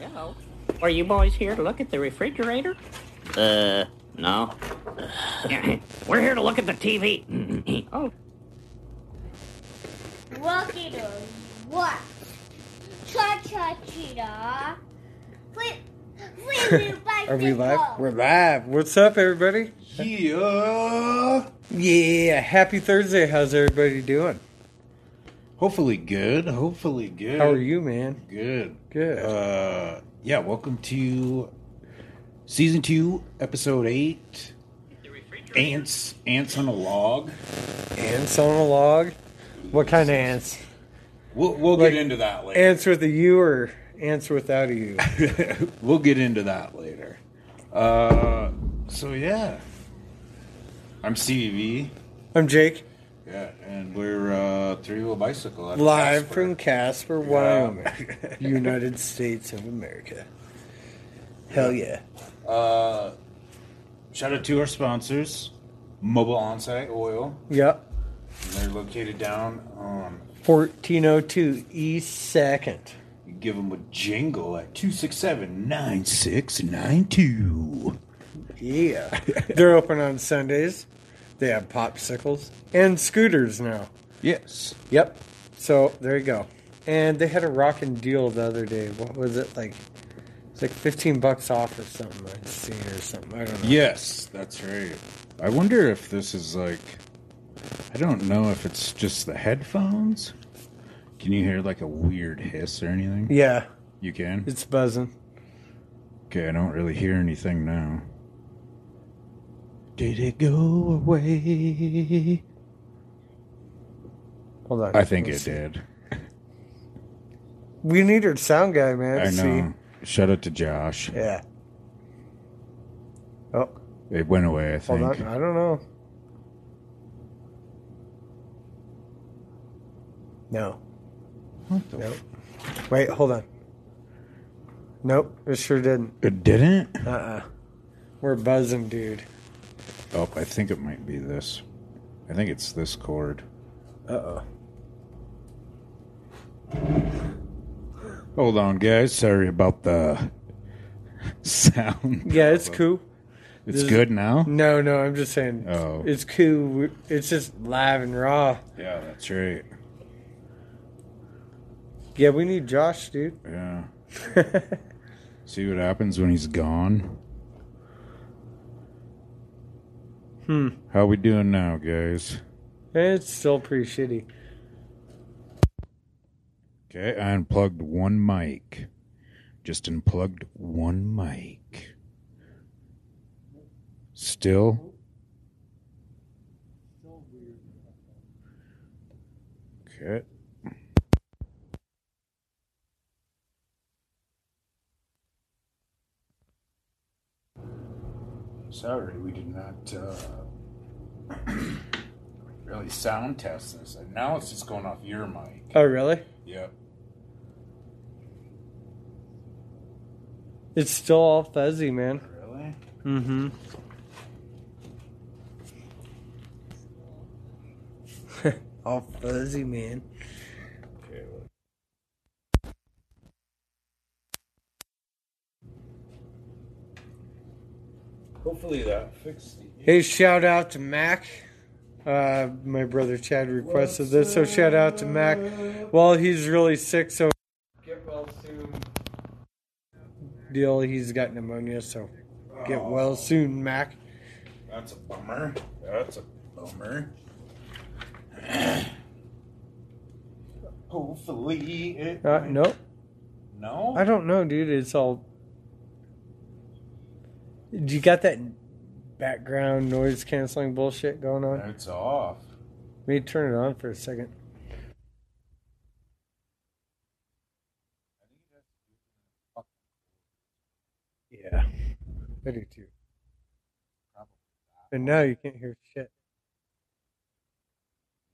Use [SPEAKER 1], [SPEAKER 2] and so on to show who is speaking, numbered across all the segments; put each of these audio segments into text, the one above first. [SPEAKER 1] Hello. Are you boys here to look at the refrigerator?
[SPEAKER 2] Uh, no.
[SPEAKER 1] Yeah, We're here to look at the TV. oh,
[SPEAKER 3] Rocky to what? Cha cha cheetah. Flip, flip, you bite
[SPEAKER 4] Are we
[SPEAKER 3] the
[SPEAKER 4] live?
[SPEAKER 3] ball.
[SPEAKER 4] We're live. What's up, everybody?
[SPEAKER 5] Yeah.
[SPEAKER 4] Yeah, happy Thursday. How's everybody doing?
[SPEAKER 5] Hopefully good. Hopefully good.
[SPEAKER 4] How are you, man?
[SPEAKER 5] Good.
[SPEAKER 4] Good.
[SPEAKER 5] Uh, yeah. Welcome to season two, episode eight. Ants, ants on a log.
[SPEAKER 4] Ants on a log. What kind of ants?
[SPEAKER 5] We'll, we'll
[SPEAKER 4] Like,
[SPEAKER 5] get into that later.
[SPEAKER 4] Ants with a U or ants without a U?
[SPEAKER 5] we'll get into that later. Uh, so yeah, I'm Stevie.
[SPEAKER 4] I'm Jake,
[SPEAKER 5] Yeah, and we're uh, three wheel bicycle out of
[SPEAKER 4] live
[SPEAKER 5] Casper.
[SPEAKER 4] from Casper, Wyoming, United States of America. Hell yeah.
[SPEAKER 5] Uh, shout out to our sponsors, Mobile Onsite Oil.
[SPEAKER 4] Yep.
[SPEAKER 5] And They're located down on.
[SPEAKER 4] 1402 East 2nd.
[SPEAKER 5] You give them a jingle at 267 9692.
[SPEAKER 4] Yeah. They're open on Sundays. They have popsicles and scooters now.
[SPEAKER 5] Yes.
[SPEAKER 4] Yep. So there you go. And they had a rockin' deal the other day. What was it like? It's like fifteen bucks off or something. I see or something. I don't know.
[SPEAKER 5] Yes, that's right. I wonder if this is like. I don't know if it's just the headphones. Can you hear like a weird hiss or anything?
[SPEAKER 4] Yeah,
[SPEAKER 5] You can?
[SPEAKER 4] it's buzzing.
[SPEAKER 5] Okay, I don't really hear anything now. Did it go away?
[SPEAKER 4] Hold on.
[SPEAKER 5] I think it
[SPEAKER 4] Let's see.
[SPEAKER 5] did.
[SPEAKER 4] We need our sound guy, man.
[SPEAKER 5] I
[SPEAKER 4] Let's
[SPEAKER 5] know. Shout out to Josh.
[SPEAKER 4] See. Yeah. Oh,
[SPEAKER 5] It went away, I
[SPEAKER 4] hold
[SPEAKER 5] think.
[SPEAKER 4] on. I don't know. No.
[SPEAKER 5] What the
[SPEAKER 4] Nope. Wait. Hold on. Nope. It sure didn't.
[SPEAKER 5] It didn't?
[SPEAKER 4] Uh. uh We're buzzing, dude.
[SPEAKER 5] Oh, I think it might be this. I think it's this cord.
[SPEAKER 4] Uh oh.
[SPEAKER 5] Hold on, guys. Sorry about the sound.
[SPEAKER 4] Yeah, it's cool. Mm.
[SPEAKER 5] It's good now?
[SPEAKER 4] No, no, I'm just saying.
[SPEAKER 5] Oh.
[SPEAKER 4] It's cool. It's just live and raw.
[SPEAKER 5] Yeah, that's right.
[SPEAKER 4] Yeah, we need Josh, dude.
[SPEAKER 5] Yeah. See what happens when he's gone?
[SPEAKER 4] Hmm.
[SPEAKER 5] How we doing now, guys?
[SPEAKER 4] It's still pretty shitty.
[SPEAKER 5] Okay, I unplugged one mic. Just unplugged one mic. Still? Okay. Sorry, we did not uh, really sound test this. And now it's just going off your mic.
[SPEAKER 4] Oh, really?
[SPEAKER 5] Yep.
[SPEAKER 4] It's still all fuzzy, man.
[SPEAKER 5] Really?
[SPEAKER 4] Mm hmm. all fuzzy, man.
[SPEAKER 5] Hopefully that fixed it.
[SPEAKER 4] Hey, shout out to Mac. Uh, my brother Chad requested this, so shout out to Mac. Well, he's really sick, so get well soon. Deal, he's got pneumonia, so get well soon, Mac.
[SPEAKER 5] That's a bummer. That's a bummer. Hopefully it.
[SPEAKER 4] Uh, nope.
[SPEAKER 5] No?
[SPEAKER 4] I don't know, dude. It's all. You got that background noise canceling bullshit going on?
[SPEAKER 5] It's off.
[SPEAKER 4] Let me turn it on for a second.
[SPEAKER 5] Yeah.
[SPEAKER 4] I do too. And now you can't hear shit.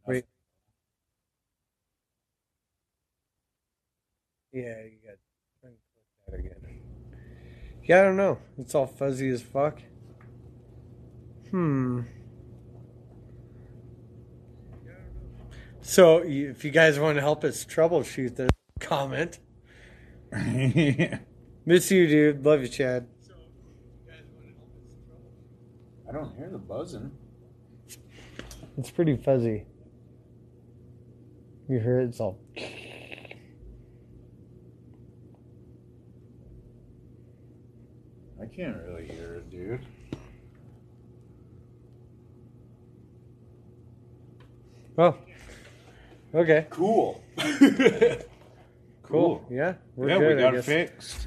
[SPEAKER 4] Wait. Yeah, you got turn click that again. Yeah, I don't know. It's all fuzzy as fuck. Hmm. So, y- if you guys want to help us troubleshoot this, comment.
[SPEAKER 5] I
[SPEAKER 4] Miss you, dude. Love you, Chad.
[SPEAKER 5] don't hear the buzzing.
[SPEAKER 4] It's pretty fuzzy. You hear it, it's all.
[SPEAKER 5] I can't really hear it, dude.
[SPEAKER 4] Oh. Okay.
[SPEAKER 5] Cool.
[SPEAKER 4] Cool.
[SPEAKER 5] Cool.
[SPEAKER 4] Yeah. We're
[SPEAKER 5] yeah,
[SPEAKER 4] good,
[SPEAKER 5] we
[SPEAKER 4] I
[SPEAKER 5] got it
[SPEAKER 4] guess.
[SPEAKER 5] fixed.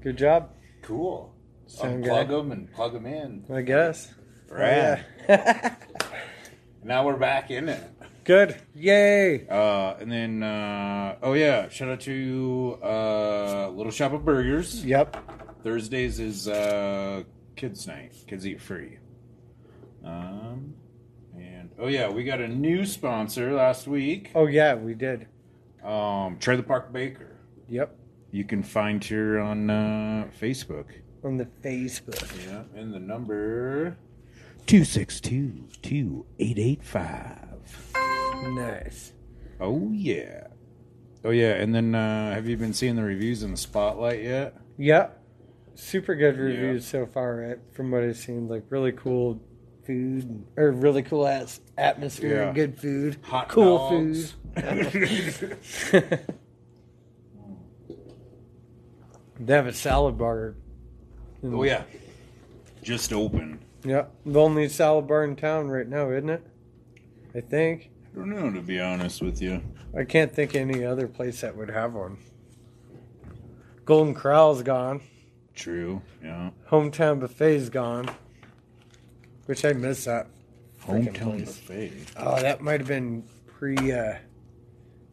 [SPEAKER 4] Good job.
[SPEAKER 5] Cool.
[SPEAKER 4] Sound
[SPEAKER 5] Unplug
[SPEAKER 4] good.
[SPEAKER 5] them and plug them in.
[SPEAKER 4] I guess.
[SPEAKER 5] Oh,
[SPEAKER 4] Oh,
[SPEAKER 5] Right.
[SPEAKER 4] Yeah.
[SPEAKER 5] Now we're back in it.
[SPEAKER 4] good. Yay.
[SPEAKER 5] Uh, and then, uh, oh yeah, shout out to uh, Little Shop of Burgers.
[SPEAKER 4] Yep.
[SPEAKER 5] Thursdays is uh, kids' night. Kids eat free. Um, and oh yeah, we got a new sponsor last week.
[SPEAKER 4] Oh yeah, we did.
[SPEAKER 5] Um, Trailer Park Baker.
[SPEAKER 4] Yep.
[SPEAKER 5] You can find her on uh, Facebook.
[SPEAKER 4] On the Facebook.
[SPEAKER 5] Yeah, and the number two six two two eight eight five.
[SPEAKER 4] Nice.
[SPEAKER 5] Oh yeah. Oh yeah, and then uh, have you been seeing the reviews in the spotlight yet?
[SPEAKER 4] Yep. Super good reviews so far, right? From what I've seen, like really cool food and- or really cool ass atmosphere
[SPEAKER 5] Yeah.
[SPEAKER 4] and good food.
[SPEAKER 5] Hot
[SPEAKER 4] cool
[SPEAKER 5] dogs.
[SPEAKER 4] food. they have a salad bar. in-
[SPEAKER 5] Oh yeah, just open.
[SPEAKER 4] Yep. The only salad bar in town right now, isn't it? I think.
[SPEAKER 5] I don't know to be honest with you.
[SPEAKER 4] I can't think of any other place that would have one. Golden Corral's gone.
[SPEAKER 5] True. Yeah.
[SPEAKER 4] Hometown Buffet's gone. Which I miss that. Freaking
[SPEAKER 5] Hometown
[SPEAKER 4] place.
[SPEAKER 5] buffet.
[SPEAKER 4] Oh, that might have been pre uh,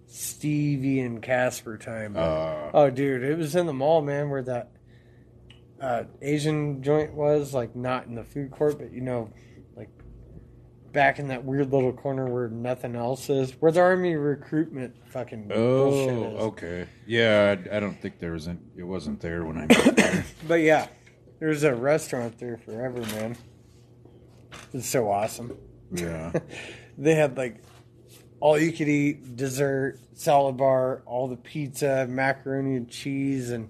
[SPEAKER 4] Stevie and Casper time.
[SPEAKER 5] Uh,
[SPEAKER 4] oh, dude, it was in the mall, man, where that uh, Asian joint was. Like, not in the food court, but you know, like back in that weird little corner where nothing else is, where the army recruitment fucking
[SPEAKER 5] oh.
[SPEAKER 4] bullshit is.
[SPEAKER 5] Okay. Yeah. I, I don't think there wasn't. It wasn't there when I. Met there.
[SPEAKER 4] But yeah, there's a restaurant there forever, man. It's so awesome.
[SPEAKER 5] yeah.
[SPEAKER 4] They had like all you could eat, dessert, salad bar, all the pizza, macaroni and cheese, and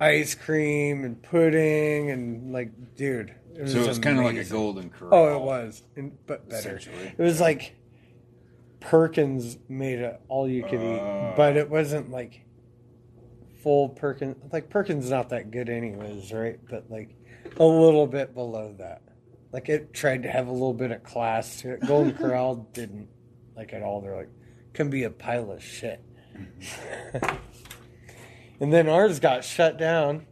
[SPEAKER 4] ice cream and pudding, and like, dude, it was
[SPEAKER 5] So it's kind of like a
[SPEAKER 4] amazing.
[SPEAKER 5] golden corral.
[SPEAKER 4] Oh, it was, and, but better.
[SPEAKER 5] Essentially.
[SPEAKER 4] It was like Perkins made it all you could
[SPEAKER 5] Uh.
[SPEAKER 4] eat, but it wasn't like full Perkins. Like Perkins is not that good, anyways, right? But like a little bit below that. Like it tried to have a little bit of class to it. Golden Corral didn't like at all. They're like, can be a pile of shit.
[SPEAKER 5] Mm-hmm.
[SPEAKER 4] and then ours got shut down.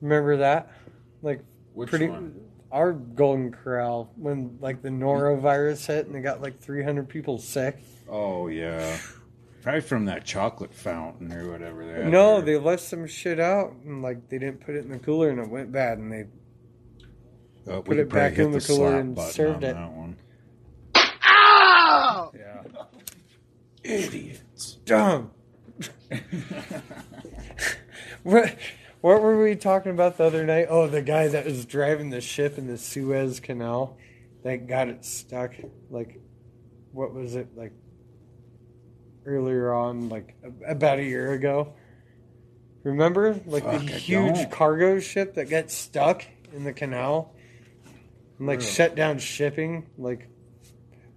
[SPEAKER 4] Remember that? Like
[SPEAKER 5] Which
[SPEAKER 4] pretty
[SPEAKER 5] one?
[SPEAKER 4] our Golden Corral when like the norovirus hit and they got like 300 people sick.
[SPEAKER 5] Oh yeah. Probably from that chocolate fountain or whatever. They had
[SPEAKER 4] no,
[SPEAKER 5] there.
[SPEAKER 4] they left some shit out and like they didn't put it in the cooler and it went bad and they
[SPEAKER 5] Uh, we
[SPEAKER 4] put
[SPEAKER 5] could
[SPEAKER 4] it
[SPEAKER 5] probably
[SPEAKER 4] back
[SPEAKER 5] hit
[SPEAKER 4] in the
[SPEAKER 5] the
[SPEAKER 4] cooler
[SPEAKER 5] slap
[SPEAKER 4] and
[SPEAKER 5] button
[SPEAKER 4] served
[SPEAKER 5] on
[SPEAKER 4] it.
[SPEAKER 5] That one.
[SPEAKER 4] yeah
[SPEAKER 5] Idiots.
[SPEAKER 4] dumb. what what were we talking about the other night? Oh, the guy that was driving the ship in the Suez Canal that got it stuck. Like, what was it like? Earlier on, like a- about a year ago. Remember, like the
[SPEAKER 5] Fuck, I
[SPEAKER 4] huge
[SPEAKER 5] don't.
[SPEAKER 4] cargo ship that got stuck in the canal and like
[SPEAKER 5] Really?
[SPEAKER 4] shut down shipping, like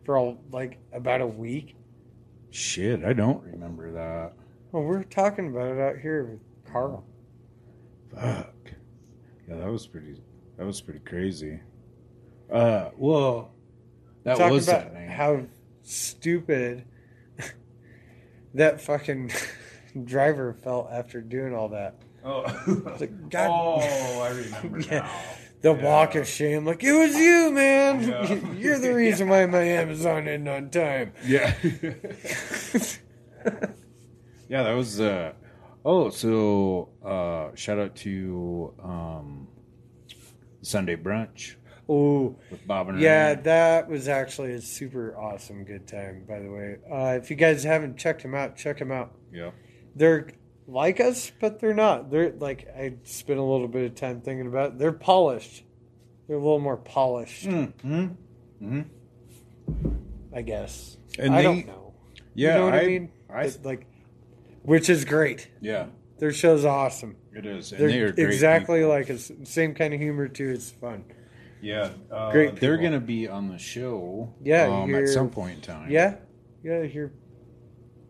[SPEAKER 4] for all, like about a week.
[SPEAKER 5] Shit, I don't remember that.
[SPEAKER 4] Well, we're talking about it out here with Carl.
[SPEAKER 5] Fuck. Yeah, that was pretty. That was pretty crazy. Uh, well, that
[SPEAKER 4] Talk
[SPEAKER 5] was that
[SPEAKER 4] about
[SPEAKER 5] night.
[SPEAKER 4] how stupid that fucking driver felt after doing all that.
[SPEAKER 5] oh.
[SPEAKER 4] It's like, God,
[SPEAKER 5] Oh, I remember
[SPEAKER 4] Yeah.
[SPEAKER 5] now.
[SPEAKER 4] the
[SPEAKER 5] yeah.
[SPEAKER 4] walk of shame. Like it was you, man.
[SPEAKER 5] Yeah.
[SPEAKER 4] You're the reason why my Amazon ended on time.
[SPEAKER 5] Yeah. yeah, that was. Uh, oh, so uh, shout out to um, Sunday brunch
[SPEAKER 4] oh,
[SPEAKER 5] with Bob and
[SPEAKER 4] yeah,
[SPEAKER 5] Renee.
[SPEAKER 4] that was actually a super awesome good time. By the way, uh, if you guys haven't checked him out, check him out.
[SPEAKER 5] Yeah.
[SPEAKER 4] they're like us, but they're not. They're like I spent a little bit of time thinking about. It. They're polished. They're a little more polished,
[SPEAKER 5] Mm-hmm.
[SPEAKER 4] I guess.
[SPEAKER 5] And
[SPEAKER 4] I
[SPEAKER 5] they-
[SPEAKER 4] don't know.
[SPEAKER 5] Yeah,
[SPEAKER 4] you know what I,
[SPEAKER 5] I-
[SPEAKER 4] mean.
[SPEAKER 5] I-
[SPEAKER 4] It's like, which is great.
[SPEAKER 5] Yeah,
[SPEAKER 4] Their show's awesome.
[SPEAKER 5] it is. And
[SPEAKER 4] They're
[SPEAKER 5] they are great
[SPEAKER 4] exactly
[SPEAKER 5] people.
[SPEAKER 4] like it's same kind of humor too. It's fun.
[SPEAKER 5] yeah. Uh,
[SPEAKER 4] great
[SPEAKER 5] They're
[SPEAKER 4] people.
[SPEAKER 5] gonna be on the show.
[SPEAKER 4] Yeah,
[SPEAKER 5] um,
[SPEAKER 4] you're-
[SPEAKER 5] at some point in time.
[SPEAKER 4] Yeah, yeah. Here,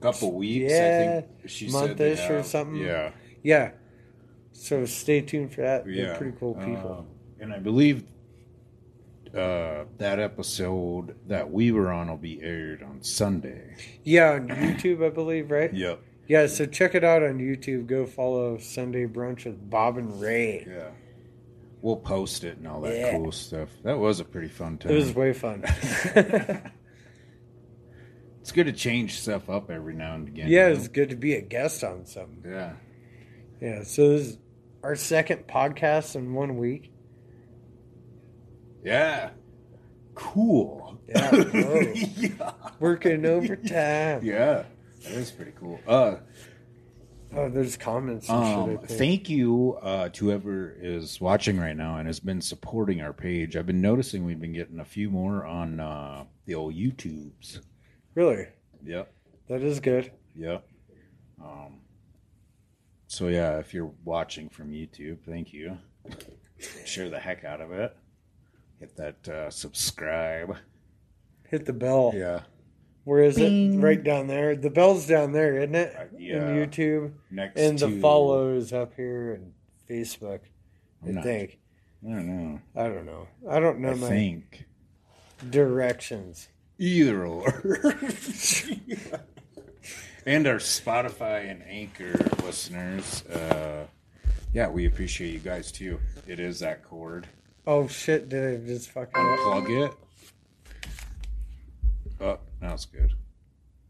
[SPEAKER 5] couple weeks. I
[SPEAKER 4] Yeah,
[SPEAKER 5] think she said they
[SPEAKER 4] month-ish or
[SPEAKER 5] have.
[SPEAKER 4] something.
[SPEAKER 5] Yeah,
[SPEAKER 4] yeah. So stay tuned for that.
[SPEAKER 5] yeah.
[SPEAKER 4] They're pretty cool people.
[SPEAKER 5] Uh, and I believe uh, that episode that we were on will be aired on Sunday.
[SPEAKER 4] yeah, on YouTube, I believe, right?
[SPEAKER 5] Yep.
[SPEAKER 4] Yeah, so check it out on YouTube. Go follow Sunday Brunch with Bob and Ray.
[SPEAKER 5] Yeah. We'll post it and all that
[SPEAKER 4] Yeah.
[SPEAKER 5] cool stuff. That was a pretty fun time.
[SPEAKER 4] It was way fun.
[SPEAKER 5] It's good to change stuff up every now and again.
[SPEAKER 4] yeah,
[SPEAKER 5] you
[SPEAKER 4] it's good to be a guest on something.
[SPEAKER 5] know? yeah.
[SPEAKER 4] Yeah, so this is our second podcast in one week.
[SPEAKER 5] Yeah. Cool.
[SPEAKER 4] Yeah, whoa.
[SPEAKER 5] yeah.
[SPEAKER 4] working overtime.
[SPEAKER 5] Yeah. That is pretty cool. Uh,
[SPEAKER 4] Oh, there's comments. And
[SPEAKER 5] um,
[SPEAKER 4] shit, I think.
[SPEAKER 5] thank you uh, to whoever is watching right now and has been supporting our page. I've been noticing we've been getting a few more on uh, the old YouTubes.
[SPEAKER 4] really,
[SPEAKER 5] Yep.
[SPEAKER 4] that is good.
[SPEAKER 5] Yep. Um, so yeah, if you're watching from YouTube, thank you. Share the heck out of it. Hit that uh, subscribe.
[SPEAKER 4] Hit the bell.
[SPEAKER 5] Yeah.
[SPEAKER 4] Where is
[SPEAKER 5] Bing.
[SPEAKER 4] it? Right down there. The bell's down there, isn't it?
[SPEAKER 5] Uh,
[SPEAKER 4] In
[SPEAKER 5] yeah.
[SPEAKER 4] YouTube,
[SPEAKER 5] Next
[SPEAKER 4] and
[SPEAKER 5] to-
[SPEAKER 4] the follow is up here and Facebook.
[SPEAKER 5] I'm
[SPEAKER 4] I
[SPEAKER 5] not-
[SPEAKER 4] think.
[SPEAKER 5] I don't know.
[SPEAKER 4] I don't know. I don't know
[SPEAKER 5] I
[SPEAKER 4] my
[SPEAKER 5] think
[SPEAKER 4] directions.
[SPEAKER 5] either or. and our Spotify and Anchor listeners, uh, yeah, we appreciate you guys too. It is that cord.
[SPEAKER 4] Oh shit! Did I just fucking?
[SPEAKER 5] Plug it. Oh, now it's good.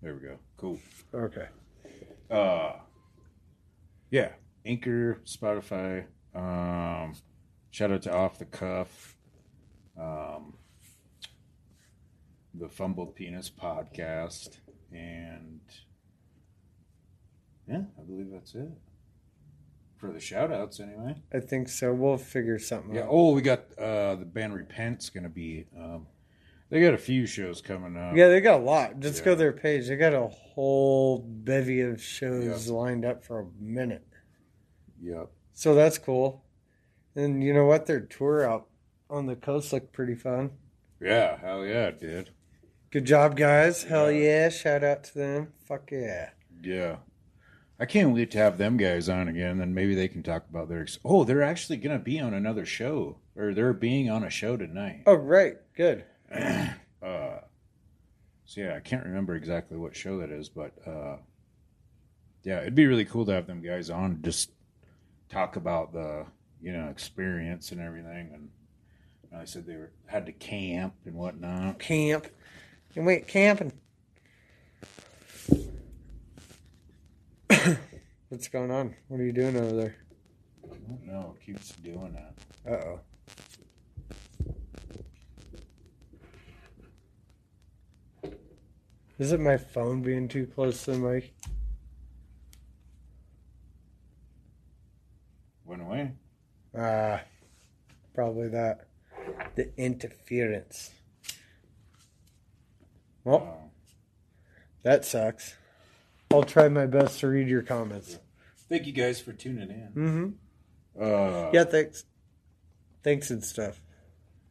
[SPEAKER 5] There we go. Cool.
[SPEAKER 4] Okay.
[SPEAKER 5] uh yeah anchor spotify um shout out to off the cuff um the fumbled penis podcast and yeah i believe that's it for the shout outs anyway
[SPEAKER 4] I think so. We'll figure something
[SPEAKER 5] yeah
[SPEAKER 4] out.
[SPEAKER 5] oh we got uh the band repent's gonna be um they got a few shows coming up
[SPEAKER 4] Yeah, they got a lot. Just go
[SPEAKER 5] Yeah.
[SPEAKER 4] to their page. They got a whole bevy of shows lined up for a minute.
[SPEAKER 5] yep
[SPEAKER 4] So that's cool. And you know what? Their tour out on the coast looked pretty fun.
[SPEAKER 5] yeah hell yeah it did
[SPEAKER 4] Good job, guys. Hell
[SPEAKER 5] Yeah.
[SPEAKER 4] yeah. Shout out to them. Fuck yeah.
[SPEAKER 5] Yeah. I can't wait to have them guys on again. Then maybe they can talk about their. Ex- oh, they're actually going to be on another show, or they're being on a show tonight.
[SPEAKER 4] Oh, right. Good.
[SPEAKER 5] Uh, so yeah, I can't remember exactly what show that is, but uh, yeah, it'd be really cool to have them guys on. to Just talk about the you know experience and everything. And I said they were had to camp and whatnot.
[SPEAKER 4] Camp. And went camping. What's going on? What are you doing over there?
[SPEAKER 5] I don't know. It keeps doing that.
[SPEAKER 4] Uh oh. Is it my phone being too close to the mic?
[SPEAKER 5] Went away.
[SPEAKER 4] Ah, probably that. The interference. Well,
[SPEAKER 5] Uh,
[SPEAKER 4] that sucks. I'll try my best to read your comments.
[SPEAKER 5] thank you guys for tuning in.
[SPEAKER 4] Mm-hmm.
[SPEAKER 5] Uh,
[SPEAKER 4] Yeah, thanks. Thanks and stuff.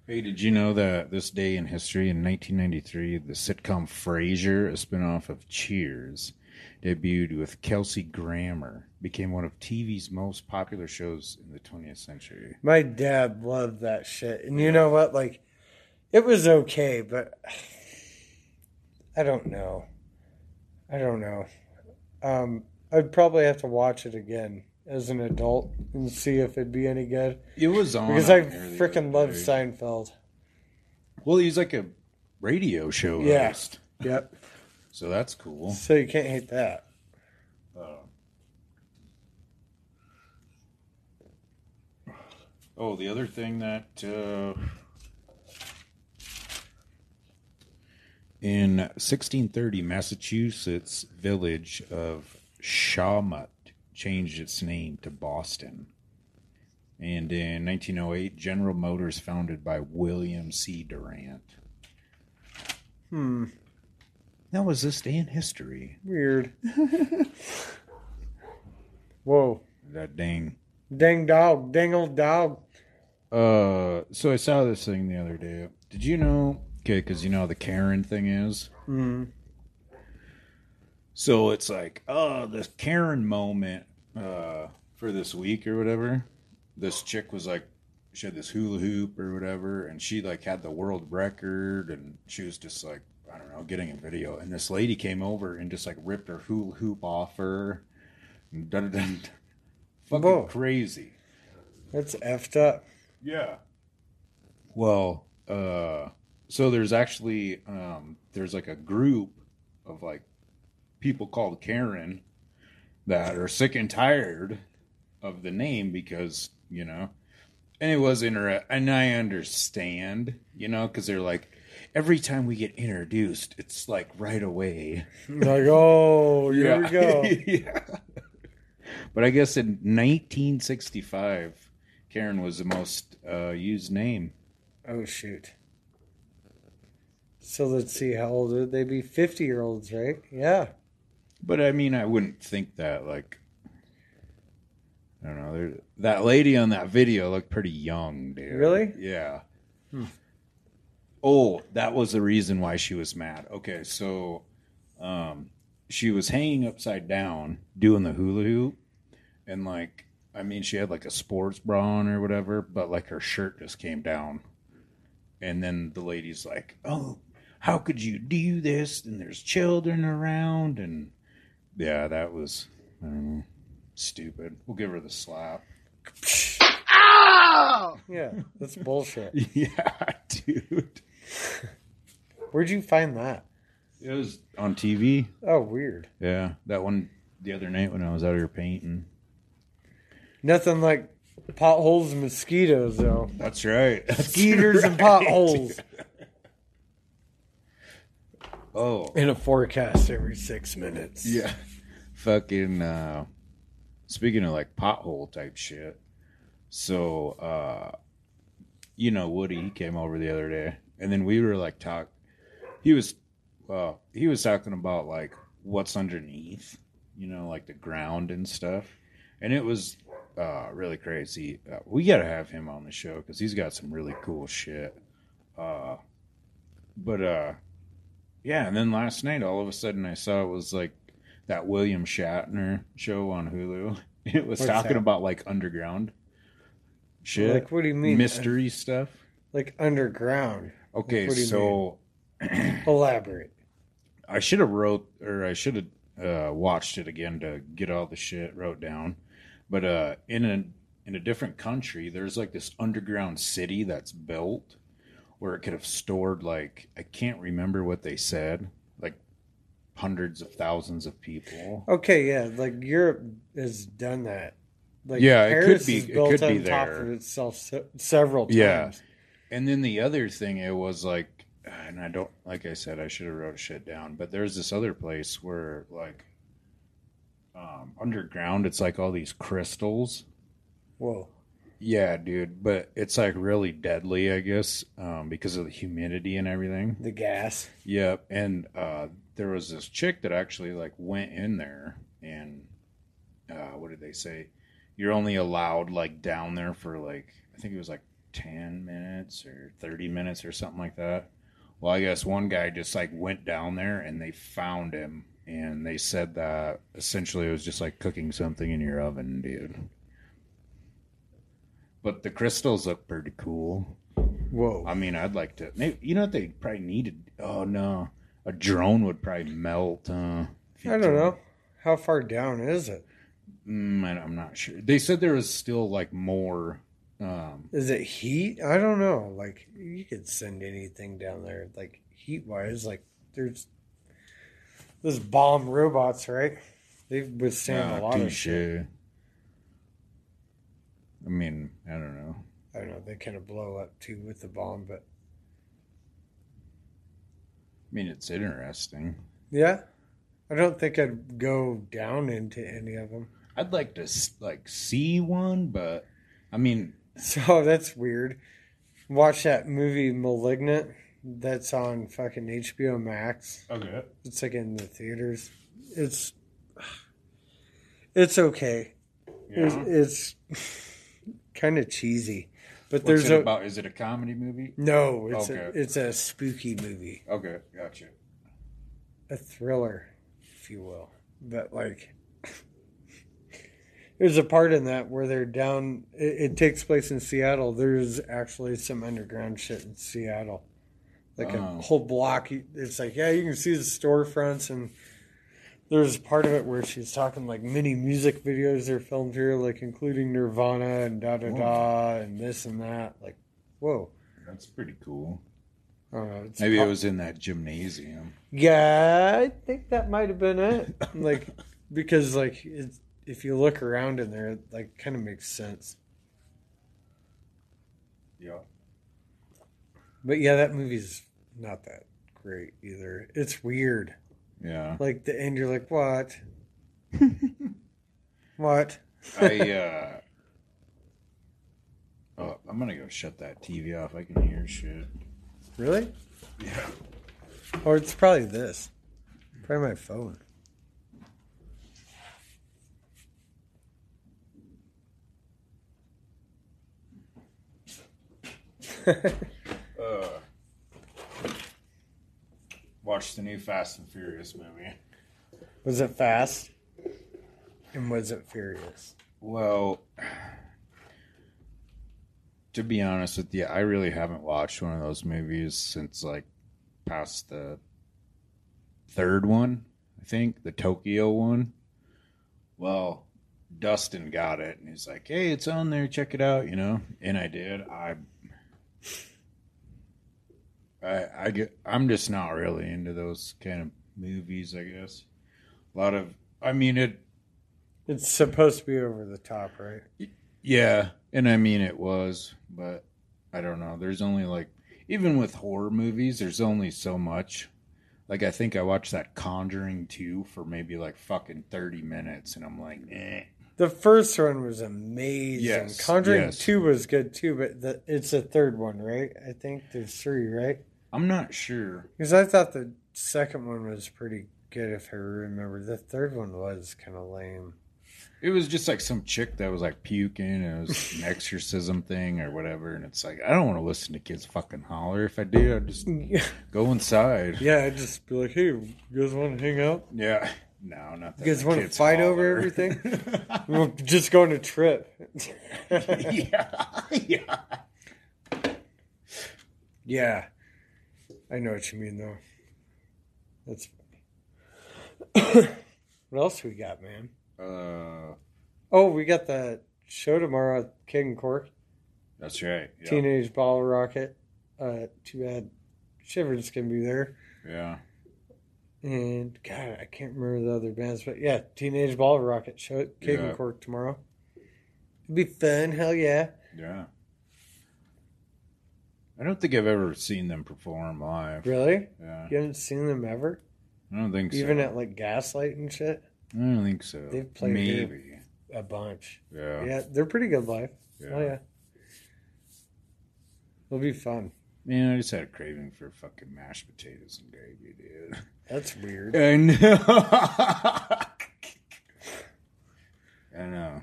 [SPEAKER 5] Hey, did you know that this day in history in 1993, the sitcom Frasier, a spinoff of Cheers, debuted with Kelsey Grammer, became one of TV's most popular shows in the 20th century.
[SPEAKER 4] My dad loved that shit. And you know what? Like, it was okay, but I don't know. I don't know. Um, I'd probably have to watch it again as an adult and see if it'd be any good.
[SPEAKER 5] It was on
[SPEAKER 4] Because
[SPEAKER 5] out
[SPEAKER 4] I
[SPEAKER 5] there the other
[SPEAKER 4] freaking love
[SPEAKER 5] day.
[SPEAKER 4] Seinfeld.
[SPEAKER 5] Well, he's like a radio show
[SPEAKER 4] Yeah.
[SPEAKER 5] host,
[SPEAKER 4] Yep.
[SPEAKER 5] so that's cool.
[SPEAKER 4] So you can't hate that.
[SPEAKER 5] Oh, the other thing that uh, in 1630, Massachusetts village of Shawmut changed its name to Boston. And in 1908, General Motors founded by William C. Durant.
[SPEAKER 4] Hmm.
[SPEAKER 5] Isn't How was this day in history?
[SPEAKER 4] Weird. Whoa.
[SPEAKER 5] That dang.
[SPEAKER 4] Dang dog. Dang old dog.
[SPEAKER 5] Uh, so I saw this thing the other day. Did you know? Okay, because you know how the Karen thing is.
[SPEAKER 4] Mm.
[SPEAKER 5] So it's like, oh, the Karen moment uh, for this week or whatever. This chick was like, she had this hula hoop or whatever, and she like had the world record, and she was just like, I don't know, getting a video. And this lady came over and just like ripped her hula hoop off her. And dun, dun, dun. Fucking
[SPEAKER 4] Whoa.
[SPEAKER 5] crazy.
[SPEAKER 4] That's effed up.
[SPEAKER 5] Yeah. Well, uh, so there's actually um, there's like a group of like people called Karen that are sick and tired of the name because you know, and it was inter and I understand you know because they're like every time we get introduced it's like right away
[SPEAKER 4] Like, oh, here we go.
[SPEAKER 5] yeah. But I guess in 1965, Karen was the most uh, used name.
[SPEAKER 4] Oh, shoot. So let's see how old would they be? 50 year olds, right? Yeah.
[SPEAKER 5] But I mean, I wouldn't think that, like, I don't know. there- That lady on that video looked pretty young, dude.
[SPEAKER 4] Really?
[SPEAKER 5] Yeah. Oh, that was the reason why she was mad. Okay, so um, she was hanging upside down doing the hula hoop. And, like, I mean, she had like a sports bra on or whatever, but like her shirt just came down. And then the lady's like, oh, how could you do this? And there's children around. And yeah, that was I don't know, stupid. We'll give her the slap.
[SPEAKER 4] Yeah. That's bullshit.
[SPEAKER 5] yeah, dude.
[SPEAKER 4] Where'd you find that?
[SPEAKER 5] It was on TV.
[SPEAKER 4] Oh, weird.
[SPEAKER 5] Yeah, that one the other night when I was out here painting.
[SPEAKER 4] Nothing like potholes and mosquitoes, though.
[SPEAKER 5] That's right. That's
[SPEAKER 4] Skeeters and
[SPEAKER 5] right.
[SPEAKER 4] potholes.
[SPEAKER 5] Oh,
[SPEAKER 4] In a forecast every six minutes.
[SPEAKER 5] Yeah. Fucking uh speaking of like pothole type shit. So uh you know Woody he came over the other day and then we were like talk he was uh he was talking about like what's underneath, you know, like the ground and stuff. And it was uh really crazy. Uh, we got to have him on the show cuz he's got some really cool shit. Uh but uh yeah, and then last night, all of a sudden, I saw it was like that William Shatner show on Hulu. It was
[SPEAKER 4] What's
[SPEAKER 5] talking
[SPEAKER 4] that?
[SPEAKER 5] about like underground shit,
[SPEAKER 4] Like, what do you mean?
[SPEAKER 5] mystery stuff.
[SPEAKER 4] Like underground.
[SPEAKER 5] Okay,
[SPEAKER 4] What do you
[SPEAKER 5] so
[SPEAKER 4] Elaborate.
[SPEAKER 5] I should have wrote or I should have uh, watched it again to get all the shit wrote down. But uh, in a in a different country, there's like this underground city that's built where it could have stored like I can't remember what they said, like hundreds of thousands of people.
[SPEAKER 4] Okay, yeah, like Europe has done that. Like
[SPEAKER 5] Yeah, it could
[SPEAKER 4] Paris
[SPEAKER 5] be-
[SPEAKER 4] is
[SPEAKER 5] it
[SPEAKER 4] built
[SPEAKER 5] could be
[SPEAKER 4] on top
[SPEAKER 5] there.
[SPEAKER 4] of itself se- several times.
[SPEAKER 5] Yeah. And then the other thing, it was like, and I don't, like I said, I should have wrote shit down, but there's this other place where, like, um, underground, it's like all these crystals.
[SPEAKER 4] Whoa.
[SPEAKER 5] Yeah, dude, but it's like really deadly, I guess, um, because of the humidity and everything.
[SPEAKER 4] The gas.
[SPEAKER 5] Yep. And uh, there was this chick that actually like went in there and uh, what did they say? You're only allowed like down there for like I think it was like ten minutes or thirty minutes or something like that. Well, I guess one guy just like went down there and they found him and they said that essentially it was just like cooking something in your oven, dude. But the crystals look pretty cool.
[SPEAKER 4] Whoa.
[SPEAKER 5] I mean, I'd like to. Maybe, you know what they probably needed? Oh no, a drone would probably melt. Uh, if you
[SPEAKER 4] I
[SPEAKER 5] took-
[SPEAKER 4] don't know. How far down is it?
[SPEAKER 5] Mm, I- I'm not sure. They said there was still like more. Um,
[SPEAKER 4] Is it heat? I don't know. Like you could send anything down there, like heat wise. Like there's those bomb robots, right? They've withstand
[SPEAKER 5] ah,
[SPEAKER 4] a lot of
[SPEAKER 5] touche.
[SPEAKER 4] shit.
[SPEAKER 5] I mean, I don't know.
[SPEAKER 4] I don't know. They kind of blow up too with the bomb, but
[SPEAKER 5] I mean, it's interesting.
[SPEAKER 4] yeah, I don't think I'd go down into any of them.
[SPEAKER 5] I'd like to s- like see one, but I mean,
[SPEAKER 4] So that's weird. Watch that movie Malignant that's on fucking HBO Max.
[SPEAKER 5] Okay.
[SPEAKER 4] It's like in the theaters. It's it's okay. It's, it's kind of cheesy, but
[SPEAKER 5] What's
[SPEAKER 4] there's
[SPEAKER 5] it
[SPEAKER 4] a
[SPEAKER 5] about? Is it a comedy movie?
[SPEAKER 4] no. It's
[SPEAKER 5] Okay.
[SPEAKER 4] a, it's a spooky movie,
[SPEAKER 5] Okay, gotcha.
[SPEAKER 4] a thriller, if you will. But like, there's a part in that where they're down. It, it takes place in Seattle. There's actually some underground shit in Seattle, like
[SPEAKER 5] Oh.
[SPEAKER 4] a whole block. It's like yeah, you can see the storefronts and. There's part of it where she's talking like many music videos are filmed here, like including Nirvana and da da da and this and that. Like, whoa.
[SPEAKER 5] That's pretty cool.
[SPEAKER 4] I don't know, it's
[SPEAKER 5] Maybe it
[SPEAKER 4] prob-
[SPEAKER 5] was in that gymnasium.
[SPEAKER 4] Yeah, I think that might have been it. Like, because like it, if you look around in there, it, like kind of makes sense.
[SPEAKER 5] Yeah.
[SPEAKER 4] But yeah, that movie's not that great either. It's weird.
[SPEAKER 5] Yeah.
[SPEAKER 4] Like the end, you're like, what? what?
[SPEAKER 5] I uh Oh, I'm gonna go shut that TV off. I can hear shit.
[SPEAKER 4] Really?
[SPEAKER 5] Yeah.
[SPEAKER 4] Or it's probably this. Probably my phone.
[SPEAKER 5] Uh watch the new Fast and Furious movie.
[SPEAKER 4] Was it fast? And was it furious?
[SPEAKER 5] Well, to be honest with you, I really haven't watched one of those movies since like past the third one, I think, the Tokyo one. Well, Dustin got it and he's like, hey, it's on there, check it out, you know? And I did. I. I, I get, I'm just not really into those kind of movies, I guess. A lot of, I mean, it
[SPEAKER 4] It's supposed to be over the top, right?
[SPEAKER 5] Yeah, and I mean it was, but I don't know. There's only like even with horror movies, there's only so much. Like I think I watched that Conjuring 2 for maybe like fucking 30 minutes and I'm like, eh.
[SPEAKER 4] The first one was amazing.
[SPEAKER 5] Yes,
[SPEAKER 4] Conjuring
[SPEAKER 5] yes.
[SPEAKER 4] 2 was good too, but the, it's the third one, right? I think there's three, right?
[SPEAKER 5] I'm not sure.
[SPEAKER 4] Because I thought the second one was pretty good, if I remember. The third one was kind of lame.
[SPEAKER 5] It was just like some chick that was like puking and it was an exorcism thing or whatever and it's like I don't want to listen to kids fucking holler. If I do, I'd just go inside.
[SPEAKER 4] yeah, I'd just be like, hey, you guys want to hang out?
[SPEAKER 5] Yeah. No, not that.
[SPEAKER 4] You guys
[SPEAKER 5] the
[SPEAKER 4] wanna
[SPEAKER 5] kids
[SPEAKER 4] fight over
[SPEAKER 5] holler.
[SPEAKER 4] everything? We'll just go on a trip.
[SPEAKER 5] yeah. Yeah.
[SPEAKER 4] yeah. I know what you mean, though. That's funny. what else we got, man?
[SPEAKER 5] Uh
[SPEAKER 4] Oh, we got the show tomorrow at Kid and Cork.
[SPEAKER 5] That's right. Yeah.
[SPEAKER 4] Teenage Bottle Rocket. Uh, too bad Shivers can be there.
[SPEAKER 5] Yeah.
[SPEAKER 4] And God, I can't remember the other bands, but yeah, Teenage Bottle Rocket show at Kid
[SPEAKER 5] Yeah.
[SPEAKER 4] and Cork tomorrow. It'd be fun. Hell yeah.
[SPEAKER 5] Yeah. I don't think I've ever seen them perform live.
[SPEAKER 4] Really?
[SPEAKER 5] Yeah.
[SPEAKER 4] You haven't seen them ever?
[SPEAKER 5] I don't think
[SPEAKER 4] Even
[SPEAKER 5] so.
[SPEAKER 4] at like Gaslight and shit?
[SPEAKER 5] I don't think so.
[SPEAKER 4] They've played here.
[SPEAKER 5] Maybe.
[SPEAKER 4] A bunch.
[SPEAKER 5] Yeah.
[SPEAKER 4] Yeah, they're pretty good live.
[SPEAKER 5] Yeah.
[SPEAKER 4] Oh, yeah. It'll be fun.
[SPEAKER 5] Man, I just had a craving for fucking mashed potatoes and gravy, dude.
[SPEAKER 4] That's weird.
[SPEAKER 5] I know. I know.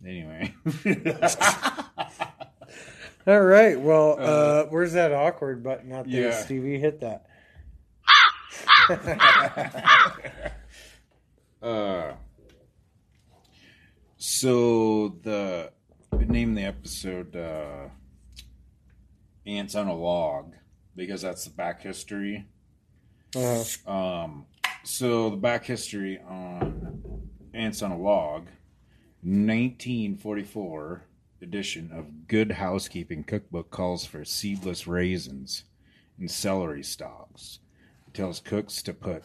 [SPEAKER 5] Anyway.
[SPEAKER 4] All right. Well, uh,
[SPEAKER 5] Uh,
[SPEAKER 4] where's that awkward button out there,
[SPEAKER 5] yeah.
[SPEAKER 4] Stevie? Hit that.
[SPEAKER 5] uh, so the the name of the episode uh, ants on a log because that's the back history
[SPEAKER 4] Uh,
[SPEAKER 5] um, so the back history on ants on a log 1944 edition of good housekeeping cookbook calls for seedless raisins and celery stalks it tells cooks to put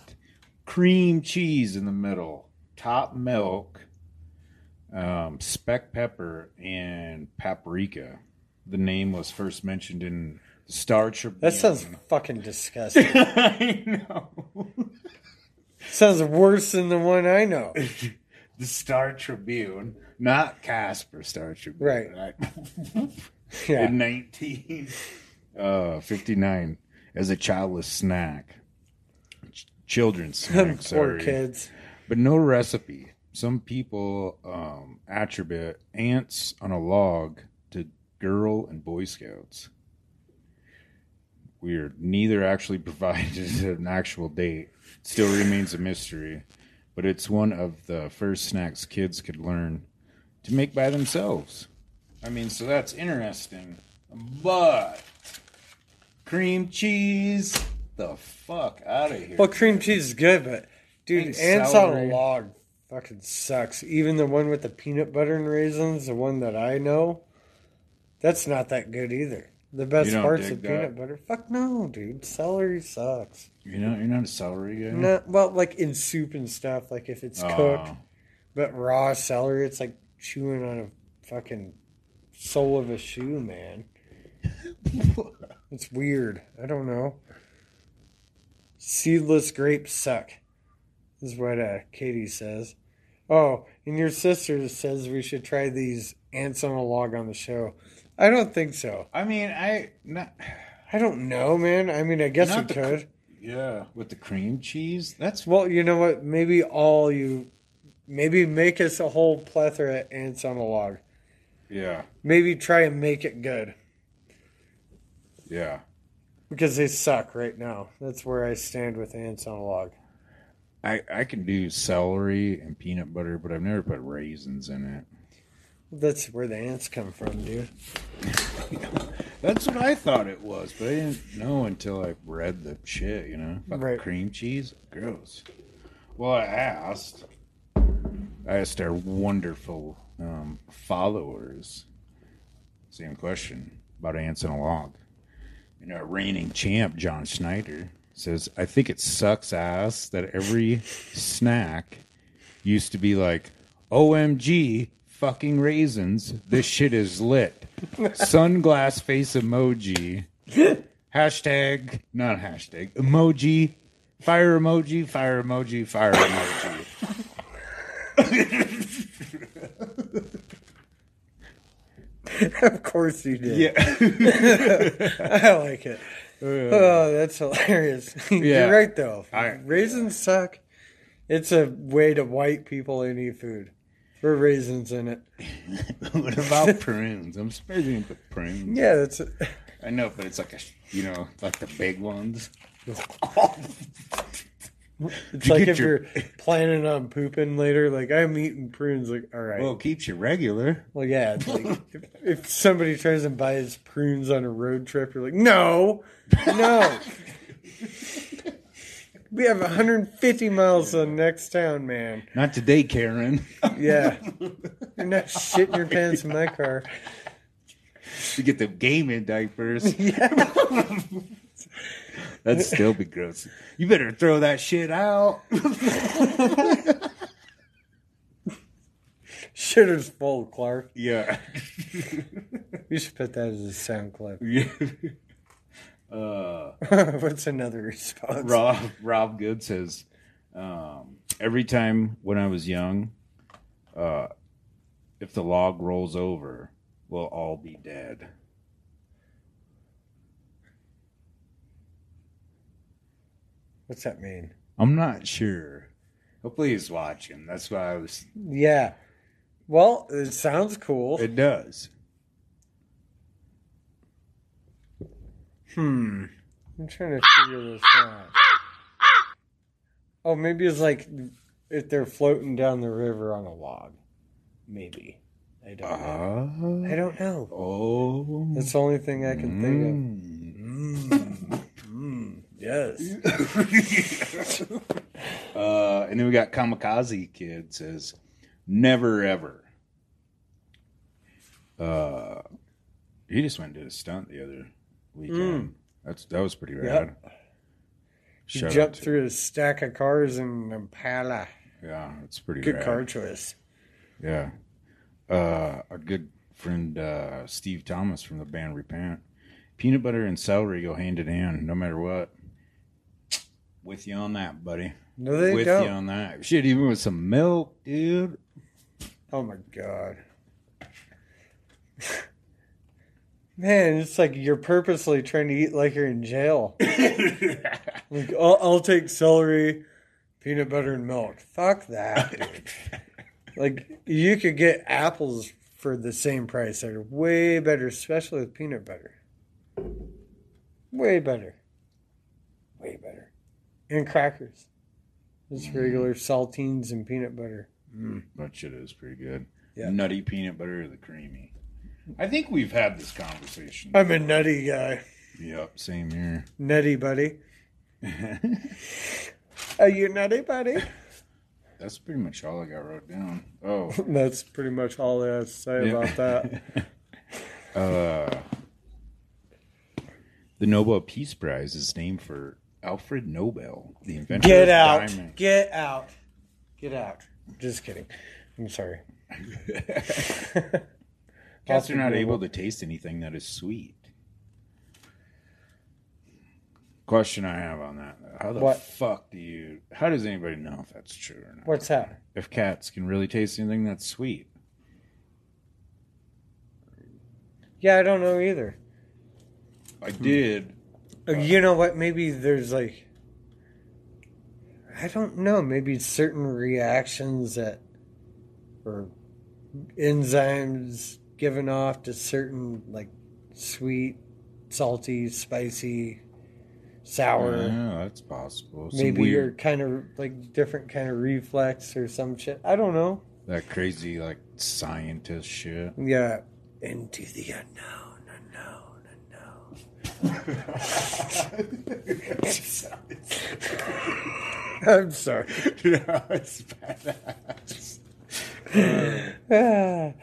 [SPEAKER 5] cream cheese in the middle top milk um, speck pepper and paprika the name was first mentioned in the star tribune
[SPEAKER 4] that sounds fucking disgusting.
[SPEAKER 5] i know
[SPEAKER 4] Sounds worse than the one I know.
[SPEAKER 5] the Star Tribune, not Casper Star Tribune,
[SPEAKER 4] Right.
[SPEAKER 5] right?
[SPEAKER 4] Yeah.
[SPEAKER 5] In nineteen uh, 59 as a childless snack. Ch- children's
[SPEAKER 4] Poor
[SPEAKER 5] snack, sorry.
[SPEAKER 4] kids.
[SPEAKER 5] But no recipe. Some people um, attribute ants on a log to girl and boy scouts. Weird. Neither actually provided an actual date. Still remains a mystery, but it's one of the first snacks kids could learn to make by themselves. I mean, so that's interesting. But cream cheese, the fuck out of here.
[SPEAKER 4] Well, cream cheese is good, but dude,
[SPEAKER 5] And
[SPEAKER 4] ants on a
[SPEAKER 5] celery.
[SPEAKER 4] log fucking sucks. Even the one with the peanut butter and raisins, the one that I know, that's not that good either. The best
[SPEAKER 5] don't
[SPEAKER 4] parts
[SPEAKER 5] dig
[SPEAKER 4] of
[SPEAKER 5] that?
[SPEAKER 4] peanut butter. Fuck no, dude. Celery sucks.
[SPEAKER 5] You know, you're not a celery guy.
[SPEAKER 4] Not well, like in soup and stuff. Like if it's cooked,
[SPEAKER 5] Oh.
[SPEAKER 4] but raw celery, it's like chewing on a fucking sole of a shoe, man. It's weird. I don't know. Seedless grapes suck, is what uh, Katie says. Oh, and your sister says we should try these ants on a log on the show. I don't think so.
[SPEAKER 5] I mean, I not
[SPEAKER 4] I don't know, man. I mean, I guess
[SPEAKER 5] Not the
[SPEAKER 4] we could.
[SPEAKER 5] yeah with the cream cheese. That's
[SPEAKER 4] well, you know what? Maybe all you, maybe make us a whole plethora of ants on a log.
[SPEAKER 5] yeah,
[SPEAKER 4] Maybe try and make it good
[SPEAKER 5] yeah.
[SPEAKER 4] because they suck right now. That's where I stand with ants on a log.
[SPEAKER 5] I I can do celery and peanut butter, but I've never put raisins in it.
[SPEAKER 4] That's where the ants come from, dude.
[SPEAKER 5] That's what I thought it was, but I didn't know until I read the shit. You know, about the
[SPEAKER 4] Right.
[SPEAKER 5] cream cheese. Gross. Well, I asked. I asked our wonderful um, followers. Same question about ants in a log. And our reigning champ, John Schneider, says, I think it sucks ass that every snack used to be like, OMG, fucking raisins. This shit is lit. Sunglass face emoji. Hashtag, not hashtag, emoji. Fire emoji, fire emoji, fire emoji.
[SPEAKER 4] of course you did.
[SPEAKER 5] Yeah.
[SPEAKER 4] I like it. Oh, that's hilarious.
[SPEAKER 5] Yeah.
[SPEAKER 4] You're right though.
[SPEAKER 5] I-
[SPEAKER 4] raisins suck. It's a way to white people and eat food. For raisins in it.
[SPEAKER 5] what about prunes? I'm surprised with prunes.
[SPEAKER 4] Yeah, that's
[SPEAKER 5] I know, but it's like a, you know, like the big ones.
[SPEAKER 4] it's
[SPEAKER 5] You
[SPEAKER 4] like
[SPEAKER 5] get
[SPEAKER 4] if
[SPEAKER 5] your-
[SPEAKER 4] you're planning on pooping later, like I'm eating prunes like all right.
[SPEAKER 5] Well,
[SPEAKER 4] Well,
[SPEAKER 5] it keeps you regular.
[SPEAKER 4] yeah, it's like if, if somebody tries and buys prunes on a road trip, you're like, No, no. we have 150 miles to the next town, man.
[SPEAKER 5] Not today, Karen.
[SPEAKER 4] Yeah. You're not shitting your pants in my car.
[SPEAKER 5] you get the gaming diapers. That'd still be gross. You better throw that shit out.
[SPEAKER 4] Shitter's full, Clark.
[SPEAKER 5] Yeah.
[SPEAKER 4] You should put that as a sound clip.
[SPEAKER 5] Yeah. uh,
[SPEAKER 4] What's another response?
[SPEAKER 5] Rob Rob Good says, um, every time when I was young, uh, if the log rolls over, we'll all be dead.
[SPEAKER 4] What's that mean?
[SPEAKER 5] I'm not sure. Hopefully he's watching. That's why I was.
[SPEAKER 4] Yeah. Well, it sounds cool.
[SPEAKER 5] It does.
[SPEAKER 4] hmm. I'm trying to figure this out. Oh, maybe it's like if they're floating down the river on a log. Maybe. I don't know. I don't know.
[SPEAKER 5] Oh.
[SPEAKER 4] Uh-huh. That's the only thing I can think of. Mm.
[SPEAKER 5] Mm.
[SPEAKER 4] Yes.
[SPEAKER 5] uh, and then we got Kamikaze Kid says, "Never ever." Uh, he just went and did a stunt the other weekend. That's that was pretty rad.
[SPEAKER 4] Hmm. He
[SPEAKER 5] Shout out
[SPEAKER 4] jumped
[SPEAKER 5] to-
[SPEAKER 4] through a stack of cars in Impala.
[SPEAKER 5] Yeah, it's pretty
[SPEAKER 4] Good
[SPEAKER 5] rad.
[SPEAKER 4] car choice.
[SPEAKER 5] Yeah. Uh, our good friend uh, Steve Thomas from the band Repent. Peanut butter and celery go hand in hand, no matter what. With you on that, buddy.
[SPEAKER 4] No, they
[SPEAKER 5] with
[SPEAKER 4] don't.
[SPEAKER 5] you on that. Shit, even with some milk, dude.
[SPEAKER 4] Oh my god. Man, it's like you're purposely trying to eat like you're in jail. Like, I'll, I'll take celery, peanut butter, and milk. Fuck that. dude. like, you could get apples for the same price that are way better, especially with peanut butter. Way better. Way better. And crackers. Just regular saltines and peanut butter.
[SPEAKER 5] That shit is pretty good.
[SPEAKER 4] Yeah.
[SPEAKER 5] Nutty peanut butter or the creamy. I think we've had this conversation.
[SPEAKER 4] I'm a nutty guy.
[SPEAKER 5] Yep, same here.
[SPEAKER 4] Nutty buddy. Are you nutty buddy?
[SPEAKER 5] That's pretty much all I got wrote down. Oh,
[SPEAKER 4] That's pretty much all I have to say
[SPEAKER 5] Yeah.
[SPEAKER 4] about that.
[SPEAKER 5] uh, the Nobel Peace Prize is named for Alfred Nobel, the inventor of
[SPEAKER 4] Get out.
[SPEAKER 5] diamond.
[SPEAKER 4] Get out. Get out. Just kidding. I'm sorry.
[SPEAKER 5] Cats are
[SPEAKER 4] Alfred
[SPEAKER 5] not
[SPEAKER 4] Nobel.
[SPEAKER 5] able to taste anything that is sweet. Question I have on that: How the
[SPEAKER 4] What?
[SPEAKER 5] fuck do you? How does anybody know if that's true or not?
[SPEAKER 4] What's that?
[SPEAKER 5] If cats can really taste anything that's sweet,
[SPEAKER 4] Yeah, I don't know either.
[SPEAKER 5] I did.
[SPEAKER 4] Uh, You know what? Maybe there's like. I don't know. Maybe certain reactions that. or enzymes given off to certain, like, sweet, salty, spicy, sour.
[SPEAKER 5] yeah, that's possible. Mm-hmm. Some
[SPEAKER 4] maybe
[SPEAKER 5] weird-
[SPEAKER 4] your kind of like different kind of reflex or some shit. I don't know.
[SPEAKER 5] that crazy like scientist shit.
[SPEAKER 4] Yeah. Into the unknown, unknown, unknown. I'm sorry. Ah,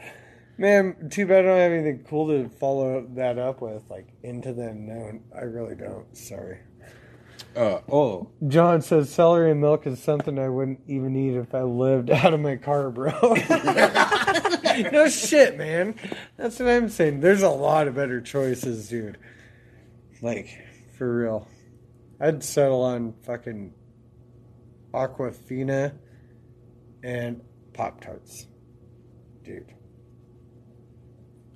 [SPEAKER 4] Man, too bad I don't have anything cool to follow that up with, like into the unknown. I really don't. Sorry.
[SPEAKER 5] Uh, oh,
[SPEAKER 4] John says celery and milk is something I wouldn't even eat if I lived out of my car, bro. no shit, man. That's what I'm saying. There's a lot of better choices, dude. Like, for real. I'd settle on fucking Aquafina and Pop Tarts, dude.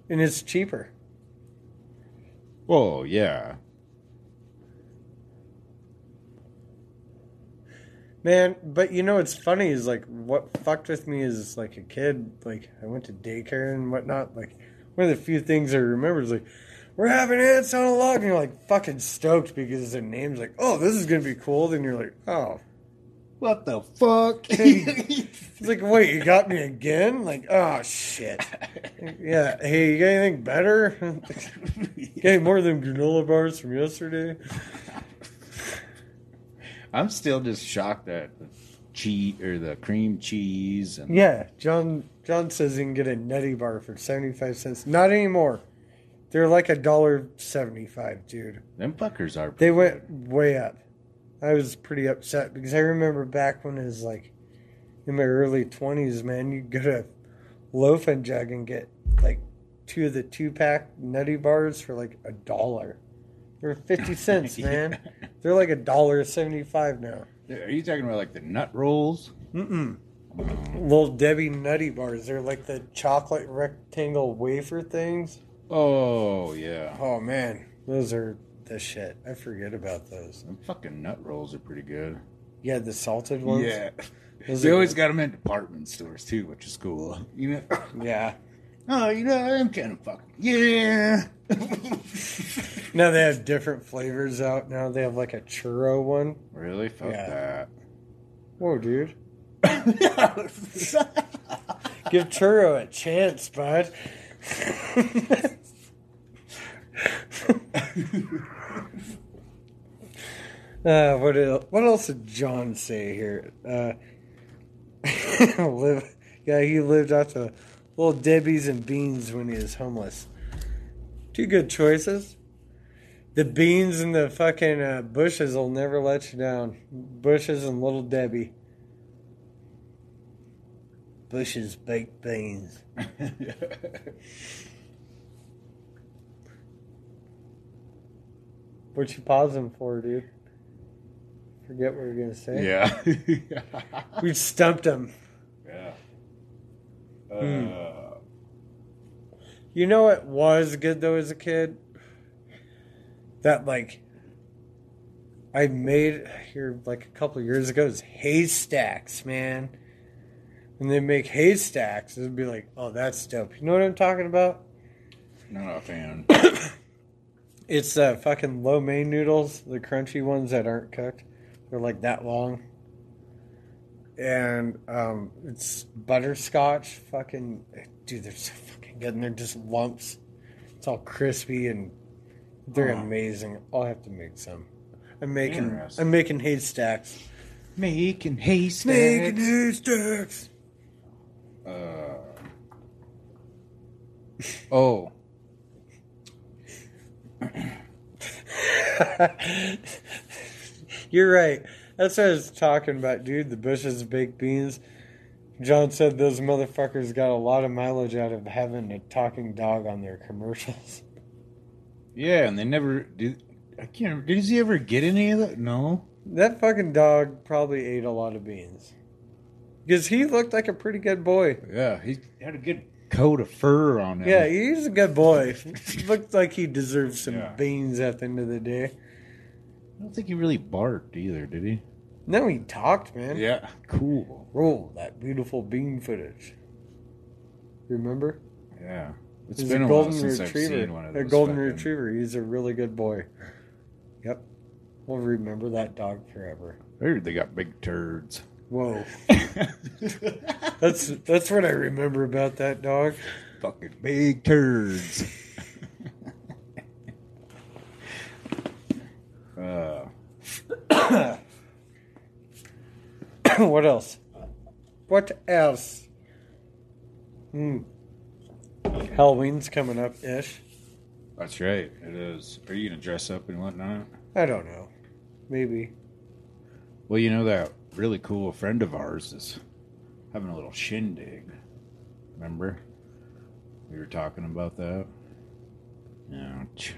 [SPEAKER 4] And it's cheaper.
[SPEAKER 5] oh yeah.
[SPEAKER 4] Man, but you know what's funny is like what fucked with me is like a kid, like I went to daycare and whatnot. Like one of the few things I remember is like we're having ants on a log, and you're like fucking stoked because their name's like, oh, this is gonna be cool. Then you're like, oh,
[SPEAKER 5] What the fuck?
[SPEAKER 4] it's like wait, you got me again? Like oh shit, yeah. Hey, you got anything better? Getting more than granola bars from yesterday?
[SPEAKER 5] I'm still just shocked that the cheese or the cream cheese and
[SPEAKER 4] Yeah, John John says you can get a nutty bar for seventy five cents. Not anymore. They're like a dollar seventy five, dude.
[SPEAKER 5] them fuckers are.
[SPEAKER 4] They
[SPEAKER 5] pretty
[SPEAKER 4] went way up. I was pretty upset because I remember back when it was like in my early twenties, man, you go to loaf and jug and get like two of the two pack nutty bars for like a dollar. They're fifty cents, man. They're like a dollar seventy five now.
[SPEAKER 5] good. Are you talking about like the nut rolls?
[SPEAKER 4] Mm-mm. Mm. Little Debbie Nutty Bars. They're like the chocolate rectangle wafer things.
[SPEAKER 5] Oh yeah.
[SPEAKER 4] Oh, man. Those are the shit. I forget about those.
[SPEAKER 5] Them fucking nut rolls are pretty good.
[SPEAKER 4] Yeah, the salted ones. Those
[SPEAKER 5] They
[SPEAKER 4] are
[SPEAKER 5] always
[SPEAKER 4] good.
[SPEAKER 5] got them in department stores too, which is cool. You know,
[SPEAKER 4] Yeah.
[SPEAKER 5] oh, you know, I'm kind of fucking yeah.
[SPEAKER 4] Now they have different flavors out now. They have like a churro one.
[SPEAKER 5] really? Fuck
[SPEAKER 4] Yeah. Whoa, dude.
[SPEAKER 5] that.
[SPEAKER 4] Give churro a chance, bud. uh, what else? What else did John say here? Uh, live, yeah, he lived off the little Debbie's and beans when he was homeless. Two good choices. The beans and the fucking uh, bushes will never let you down. Bushes and little Debbie. Bushes baked beans. What you pausing for, dude? Forget what we are gonna say.
[SPEAKER 5] yeah.
[SPEAKER 4] We stumped him.
[SPEAKER 5] Hmm. yeah. Uh,
[SPEAKER 4] You know it was good though as a kid? That like I made here like a couple years ago is haystacks, man. When they make haystacks, it'd be like, oh that's dope. You know what I'm talking about?
[SPEAKER 5] Not a fan.
[SPEAKER 4] It's uh fucking lo mein noodles, the crunchy ones that aren't cooked. They're like that long. And um it's butterscotch, fucking dude, they're so fucking good and they're just lumps. It's all crispy and they're
[SPEAKER 5] Huh.
[SPEAKER 4] amazing. I'll have to make some. I'm making
[SPEAKER 5] Interesting.
[SPEAKER 4] I'm making haystacks.
[SPEAKER 5] Making
[SPEAKER 4] Making
[SPEAKER 5] haystacks.
[SPEAKER 4] haystacks.
[SPEAKER 5] Uh, oh,
[SPEAKER 4] You're right. That's what I was talking about, dude. The bushes of baked beans. John said those motherfuckers got a lot of mileage out of having a talking dog on their commercials.
[SPEAKER 5] yeah, and they never did. I can't. remember. Did he ever get any of that? No.
[SPEAKER 4] That fucking dog probably ate a lot of beans. Because he looked like a pretty good boy.
[SPEAKER 5] Yeah, he had a good coat of fur on him.
[SPEAKER 4] Yeah, he's a good boy. looked like he deserved some
[SPEAKER 5] Yeah.
[SPEAKER 4] beans at the end of the day.
[SPEAKER 5] I don't think he really barked either, did he?
[SPEAKER 4] No, he talked, man.
[SPEAKER 5] Yeah. Cool.
[SPEAKER 4] Roll that beautiful bean footage. Remember?
[SPEAKER 5] Yeah. It's
[SPEAKER 4] He's
[SPEAKER 5] been
[SPEAKER 4] a
[SPEAKER 5] a,
[SPEAKER 4] golden
[SPEAKER 5] while since
[SPEAKER 4] retriever.
[SPEAKER 5] I've seen one of those.
[SPEAKER 4] a golden
[SPEAKER 5] fucking-
[SPEAKER 4] retriever. He's a really good boy. Yep. We'll remember that dog forever.
[SPEAKER 5] I heard they got big turds.
[SPEAKER 4] Whoa. That's that's what I remember about that dog.
[SPEAKER 5] Fucking big turds. uh,
[SPEAKER 4] what else? What else? Hmm. Halloween's coming up ish.
[SPEAKER 5] that's right. It is. Are you gonna dress up and whatnot?
[SPEAKER 4] I don't know. Maybe.
[SPEAKER 5] Well, you know that really cool friend of ours is having a little shindig. Remember? We were talking about that. Ouch.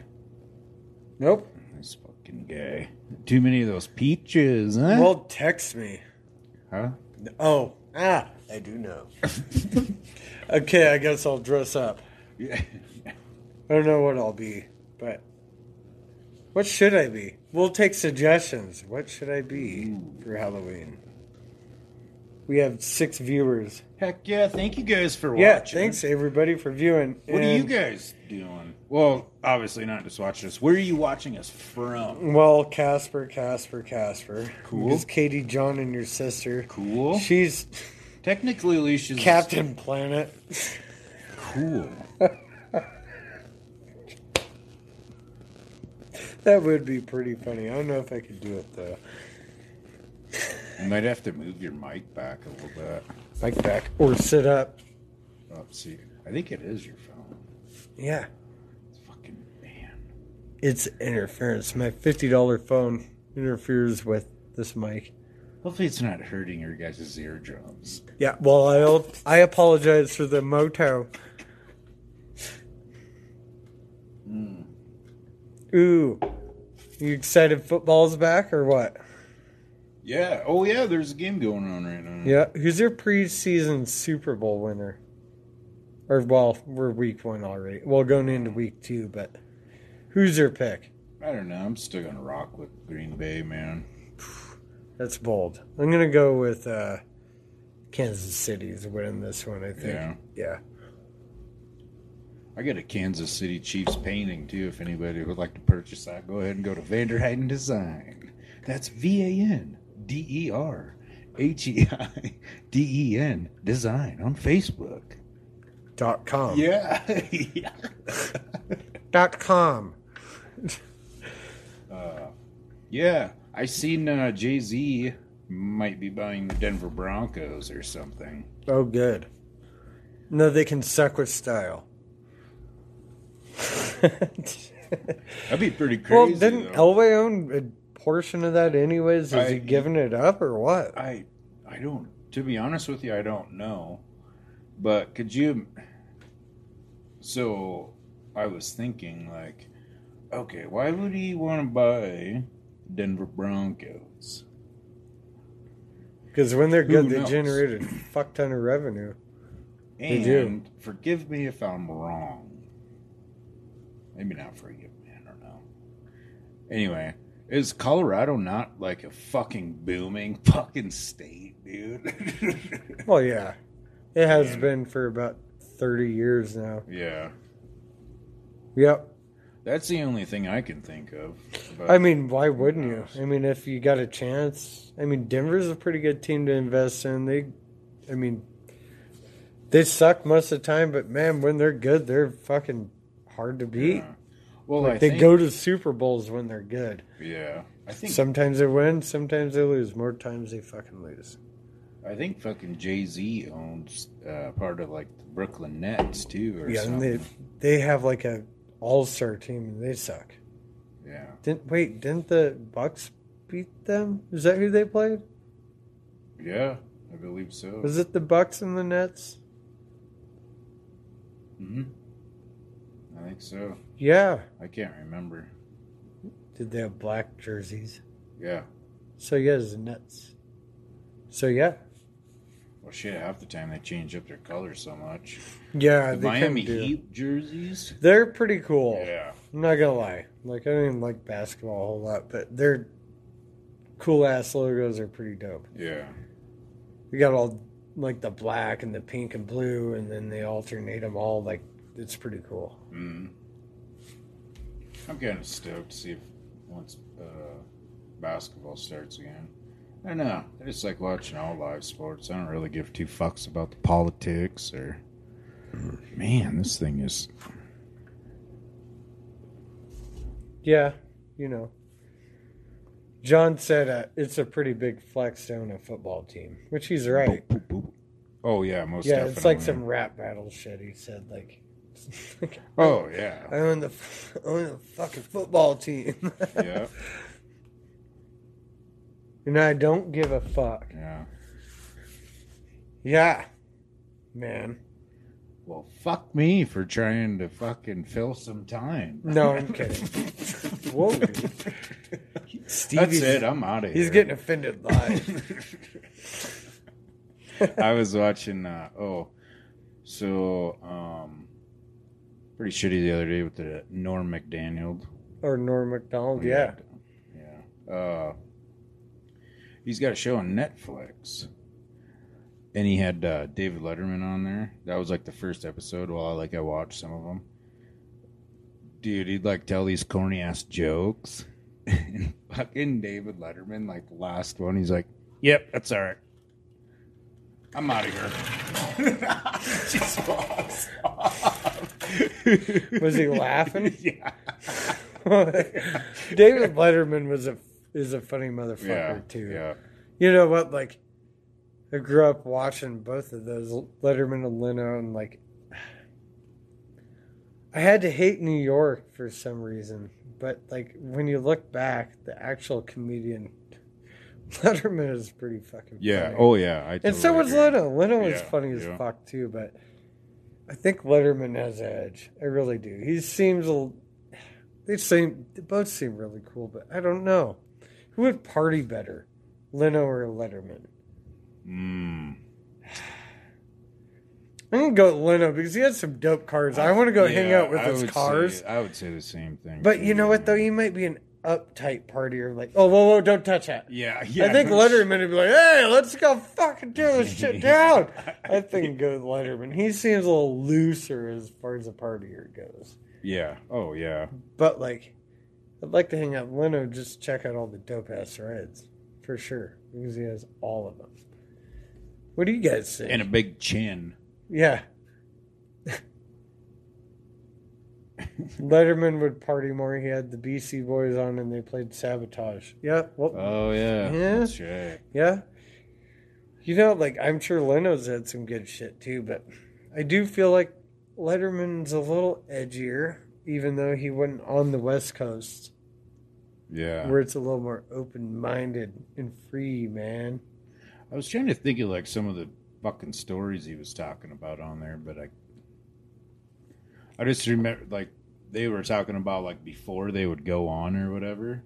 [SPEAKER 4] Nope.
[SPEAKER 5] This fucking guy. Too many of those peaches, huh?
[SPEAKER 4] Well, text me.
[SPEAKER 5] huh?
[SPEAKER 4] Oh, ah, I do know. okay, I guess I'll dress up.
[SPEAKER 5] Yeah.
[SPEAKER 4] I don't know what I'll be, but what should I be? We'll take suggestions. What should I be for Halloween? We have six viewers.
[SPEAKER 5] Heck yeah! Thank you guys for watching.
[SPEAKER 4] Yeah, thanks everybody for viewing.
[SPEAKER 5] What are you
[SPEAKER 4] And-
[SPEAKER 5] guys doing? Well, obviously not just watching us. Where are you watching us from?
[SPEAKER 4] Well, Casper, Casper, Casper.
[SPEAKER 5] Cool.
[SPEAKER 4] Because Katie, John, and your sister.
[SPEAKER 5] Cool.
[SPEAKER 4] She's
[SPEAKER 5] Technically, Alicia's
[SPEAKER 4] Captain Planet.
[SPEAKER 5] Cool.
[SPEAKER 4] That would be pretty funny. I don't know if I could do it though.
[SPEAKER 5] You might have to move your mic back a little bit.
[SPEAKER 4] Like back or sit up.
[SPEAKER 5] Let's see. I think it is your phone.
[SPEAKER 4] Yeah.
[SPEAKER 5] It's fucking man.
[SPEAKER 4] It's interference. My fifty dollar phone interferes with this mic.
[SPEAKER 5] Hopefully, it's not hurting your guys' eardrums.
[SPEAKER 4] Yeah, well, I'll, I apologize for the moto. Mm. Ooh, you excited? Football's back or what?
[SPEAKER 5] Yeah. Oh yeah. There's a game going on right now.
[SPEAKER 4] Yeah, who's your preseason Super Bowl winner? Or well, we're week one already. Well, going into week two, but who's your pick?
[SPEAKER 5] I don't know. I'm still gonna rock with Green Bay, man.
[SPEAKER 4] That's bold. I'm gonna go with uh, Kansas City's winning this one. I think.
[SPEAKER 5] Yeah.
[SPEAKER 4] yeah.
[SPEAKER 5] I got a Kansas City Chiefs painting too. If anybody would like to purchase that, go ahead and go to Vanderheiden Design. That's V A N D E R H E I D E N Design on Facebook.
[SPEAKER 4] Dot com.
[SPEAKER 5] Yeah.
[SPEAKER 4] Dot com.
[SPEAKER 5] yeah. I seen uh, Jay Z might be buying the Denver Broncos or something.
[SPEAKER 4] Oh, good. No, they can suck with style.
[SPEAKER 5] That'd be pretty crazy.
[SPEAKER 4] well, didn't
[SPEAKER 5] though.
[SPEAKER 4] Elway own a portion of that, anyways? Is
[SPEAKER 5] I-
[SPEAKER 4] he giving it up or what?
[SPEAKER 5] I I don't to be honest with you, I don't know. But could you so I was thinking like okay, why would he want to buy Denver Broncos?
[SPEAKER 4] Because when they're good,
[SPEAKER 5] Who
[SPEAKER 4] they
[SPEAKER 5] knows?
[SPEAKER 4] generate a fuck ton of revenue. They do.
[SPEAKER 5] And forgive me if I'm wrong, Maybe not for you, man. I don't know. Anyway, is Colorado not like a fucking booming fucking state, dude?
[SPEAKER 4] Well, yeah, it has been for about thirty years now.
[SPEAKER 5] yeah.
[SPEAKER 4] Yep.
[SPEAKER 5] That's the only thing I can think of. about-
[SPEAKER 4] I mean, why wouldn't you? I mean, if you got a chance, I mean, Denver's a pretty good team to invest in. They, I mean, they suck most of the time, but man, when they're good, they're fucking hard to beat.
[SPEAKER 5] Yeah. well, I
[SPEAKER 4] Like they
[SPEAKER 5] think,
[SPEAKER 4] go to Super Bowls when they're good.
[SPEAKER 5] Yeah, I think
[SPEAKER 4] Sometimes they win, sometimes they lose. More times they fucking lose.
[SPEAKER 5] I think fucking Jay Z owns uh, part of like the Brooklyn Nets too, or
[SPEAKER 4] Yeah, and
[SPEAKER 5] something.
[SPEAKER 4] they they have like a All Star team and they suck.
[SPEAKER 5] yeah,
[SPEAKER 4] Didn't wait? Didn't the Bucks beat them? Is that who they played?
[SPEAKER 5] yeah, I believe so.
[SPEAKER 4] Was it the Bucks and the Nets?
[SPEAKER 5] hmm I think so.
[SPEAKER 4] Yeah.
[SPEAKER 5] I can't remember.
[SPEAKER 4] Did they have black jerseys?
[SPEAKER 5] Yeah.
[SPEAKER 4] So yeah, it's the Nets. So yeah,
[SPEAKER 5] Well, shit. Half the time they change up their colors so much. The
[SPEAKER 4] yeah, Uh, they kinda
[SPEAKER 5] Miami
[SPEAKER 4] do.
[SPEAKER 5] Heat jerseys.
[SPEAKER 4] They're pretty cool.
[SPEAKER 5] Yeah.
[SPEAKER 4] I'm not gonna lie. Like I don't even like basketball a whole lot, but their cool ass logos are pretty dope.
[SPEAKER 5] Yeah.
[SPEAKER 4] We got all like the black and the pink and blue, and then they alternate them all. Like it's pretty cool.
[SPEAKER 5] Mm. I'm kind of stoked to see if once uh, basketball starts again. I don't know. I just like watching all live sports. I don't really give two fucks about the politics or. Man, this thing is.
[SPEAKER 4] Yeah, you know. John said uh, it's a pretty big flex to own a football team, which he's right.
[SPEAKER 5] Boop, boop, boop. Oh yeah, most
[SPEAKER 4] yeah,
[SPEAKER 5] definitely.
[SPEAKER 4] it's like some rap battle shit. He said like, like
[SPEAKER 5] Oh yeah,
[SPEAKER 4] I own the f- own the fucking football team,
[SPEAKER 5] yeah,
[SPEAKER 4] and I don't give a fuck.
[SPEAKER 5] yeah.
[SPEAKER 4] Yeah, man.
[SPEAKER 5] Well, fuck me for trying to fucking fill some time.
[SPEAKER 4] No, I'm kidding. Whoa,
[SPEAKER 5] That's
[SPEAKER 4] Stevie's
[SPEAKER 5] it. I'm out of here.
[SPEAKER 4] he's getting offended live.
[SPEAKER 5] I was watching. Uh, oh, so um, pretty shitty the other day with the Norm McDaniel.
[SPEAKER 4] or Norm Macdonald. Yeah,
[SPEAKER 5] yeah. Uh, he's got a show on Netflix, and he had uh, David Letterman on there. That was like the first episode. While I like I watched some of them. Dude, he'd like tell these corny ass jokes, and fucking David Letterman, like the last one, he's like, "Yep, that's all right. I'm out of here." Just walks off.
[SPEAKER 4] was he laughing?
[SPEAKER 5] yeah.
[SPEAKER 4] David Letterman was a is a funny motherfucker
[SPEAKER 5] Yeah.
[SPEAKER 4] too.
[SPEAKER 5] Yeah.
[SPEAKER 4] You know what? Like, I grew up watching both of those Letterman and Leno, and like, I had to hate New York for some reason. But like, when you look back, the actual comedian Letterman is pretty fucking
[SPEAKER 5] Yeah.
[SPEAKER 4] funny.
[SPEAKER 5] Oh, yeah. I
[SPEAKER 4] and so
[SPEAKER 5] totally
[SPEAKER 4] was
[SPEAKER 5] agree.
[SPEAKER 4] Leno. Leno was
[SPEAKER 5] Yeah,
[SPEAKER 4] funny as
[SPEAKER 5] yeah.
[SPEAKER 4] fuck too, but I think Letterman has an edge. I really do. He seems a. l- They seem they both seem really cool, but I don't know who would party better, Leno or Letterman.
[SPEAKER 5] Mm.
[SPEAKER 4] I'm gonna go with Leno because he had some dope cars. I want to go hang
[SPEAKER 5] Yeah,
[SPEAKER 4] out with
[SPEAKER 5] I
[SPEAKER 4] those
[SPEAKER 5] would
[SPEAKER 4] cars.
[SPEAKER 5] say- I would say the same thing.
[SPEAKER 4] But
[SPEAKER 5] too,
[SPEAKER 4] you know what though,
[SPEAKER 5] man.
[SPEAKER 4] he might be an uptight partier, like oh whoa whoa don't touch that.
[SPEAKER 5] Yeah. Yeah.
[SPEAKER 4] I think
[SPEAKER 5] no
[SPEAKER 4] Letterman would be like, hey, let's go fucking tear this shit down. I think go with Letterman. He seems a little looser as far as a partier
[SPEAKER 5] shit.
[SPEAKER 4] goes.
[SPEAKER 5] Yeah. Oh, yeah.
[SPEAKER 4] But like, I'd like to hang out with Leno just to check out all the dope ass rides for sure because he has all of them. What do you guys think?
[SPEAKER 5] And a big chin.
[SPEAKER 4] yeah. Letterman would party more. He had the BC Boys on and they played Sabotage. Yeah. Well,
[SPEAKER 5] Oh, yeah.
[SPEAKER 4] Yeah.
[SPEAKER 5] That's right.
[SPEAKER 4] Yeah. You know, like I'm sure Leno's had some good shit too, but I do feel like Letterman's a little edgier, even though he wasn't on the West Coast,
[SPEAKER 5] Yeah.
[SPEAKER 4] where it's a little more open minded and free, man.
[SPEAKER 5] I was trying to think of like some of the fucking stories he was talking about on there, but I, I just remember like they were talking about like before they would go on or whatever.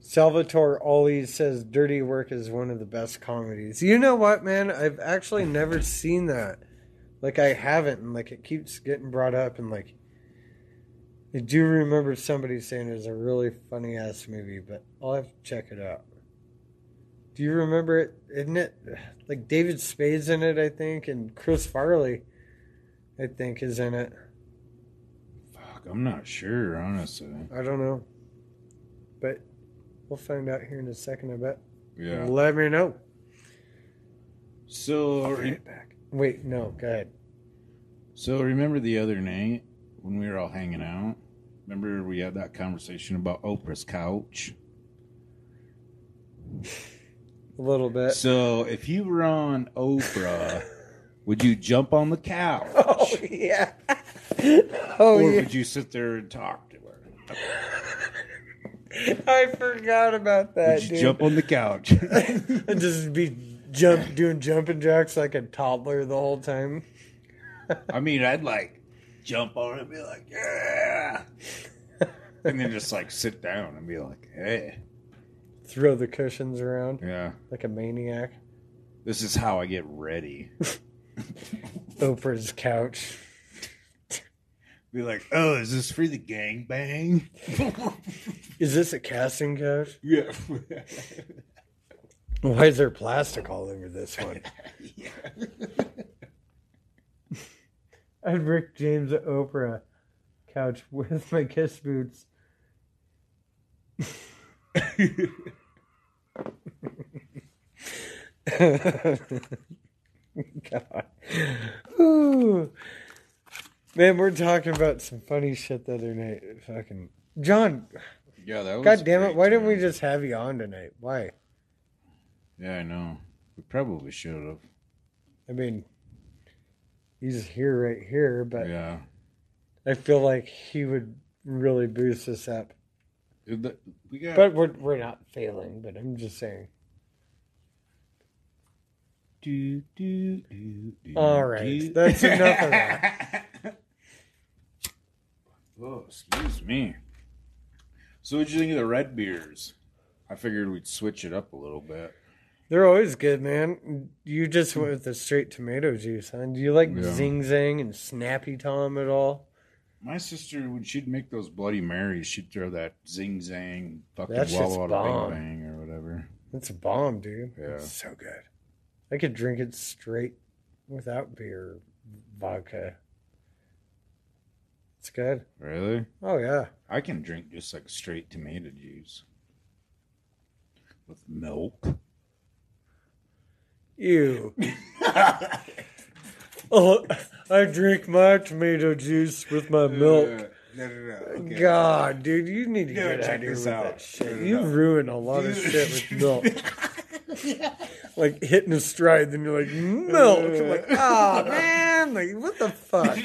[SPEAKER 4] Salvatore always says dirty work is one of the best comedies. You know what, man? I've actually never seen that. Like I haven't and like it keeps getting brought up and like I do remember somebody saying it was a really funny ass movie, but I'll have to check it out. Do you remember it? Isn't it like David Spade's in it? I think, and Chris Farley, I think, is in it.
[SPEAKER 5] Fuck, I'm not sure, honestly.
[SPEAKER 4] I don't know, but we'll find out here in a second. I bet.
[SPEAKER 5] Yeah.
[SPEAKER 4] Let me know.
[SPEAKER 5] So, re-
[SPEAKER 4] Wait, no, go ahead.
[SPEAKER 5] so remember the other night when we were all hanging out? Remember we had that conversation about Oprah's couch?
[SPEAKER 4] A little bit.
[SPEAKER 5] So, if you were on Oprah, would you jump on the couch?
[SPEAKER 4] Oh yeah. Oh
[SPEAKER 5] or
[SPEAKER 4] yeah.
[SPEAKER 5] would you sit there and talk to her?
[SPEAKER 4] I forgot about that.
[SPEAKER 5] Would you
[SPEAKER 4] dude.
[SPEAKER 5] jump on the couch?
[SPEAKER 4] and just be jump doing jumping jacks like a toddler the whole time.
[SPEAKER 5] I mean, I'd like jump on it and be like, yeah. and then just like sit down and be like, hey.
[SPEAKER 4] Throw the cushions around
[SPEAKER 5] Yeah.
[SPEAKER 4] like a maniac.
[SPEAKER 5] This is how I get ready.
[SPEAKER 4] Oprah's couch.
[SPEAKER 5] Be like, oh, is this for the gangbang?
[SPEAKER 4] Is this a casting couch?
[SPEAKER 5] yeah.
[SPEAKER 4] Why is there plastic all over this one? I'd Rick James at Oprah couch with my kiss boots. God. Ooh. Man, we're talking about some funny shit the other night. Fucking John,
[SPEAKER 5] yeah, that was.
[SPEAKER 4] god damn it,
[SPEAKER 5] great,
[SPEAKER 4] why didn't we
[SPEAKER 5] man.
[SPEAKER 4] just have you on tonight? Why?
[SPEAKER 5] Yeah, I know. We probably should have.
[SPEAKER 4] I mean, he's here right here, but
[SPEAKER 5] Yeah.
[SPEAKER 4] I feel like he would really boost us up.
[SPEAKER 5] Dude, that- We got,
[SPEAKER 4] But we're we're not failing. But I'm just saying.
[SPEAKER 5] do, do, do, do,
[SPEAKER 4] All right,
[SPEAKER 5] do.
[SPEAKER 4] that's enough of that.
[SPEAKER 5] Oh, excuse me. So, what'd you think of the red beers? I figured we'd switch it up a little bit.
[SPEAKER 4] They're always good, man. You just went with the straight tomato juice, huh? Do you like
[SPEAKER 5] Yeah.
[SPEAKER 4] Zing Zang and Snappy Tom at all?
[SPEAKER 5] My sister, when she'd make those Bloody Marys, she'd throw that zing zang fucking
[SPEAKER 4] That shit's
[SPEAKER 5] walla walla
[SPEAKER 4] bomb.
[SPEAKER 5] bang bang or whatever.
[SPEAKER 4] It's a bomb, dude.
[SPEAKER 5] Yeah.
[SPEAKER 4] It's so good. I could drink it straight without beer, vodka. It's good.
[SPEAKER 5] Really?
[SPEAKER 4] Oh yeah.
[SPEAKER 5] I can drink just like straight tomato juice with milk.
[SPEAKER 4] Ew. oh, I drink my tomato juice with my milk.
[SPEAKER 5] No, no, no.
[SPEAKER 4] God, dude, you need to
[SPEAKER 5] No,
[SPEAKER 4] get
[SPEAKER 5] check
[SPEAKER 4] out of here
[SPEAKER 5] this
[SPEAKER 4] with
[SPEAKER 5] out.
[SPEAKER 4] that shit.
[SPEAKER 5] No, no,
[SPEAKER 4] You
[SPEAKER 5] no.
[SPEAKER 4] ruin a lot of shit with milk. like hitting a stride, then you're like, milk. I'm like, oh man, like what the fuck?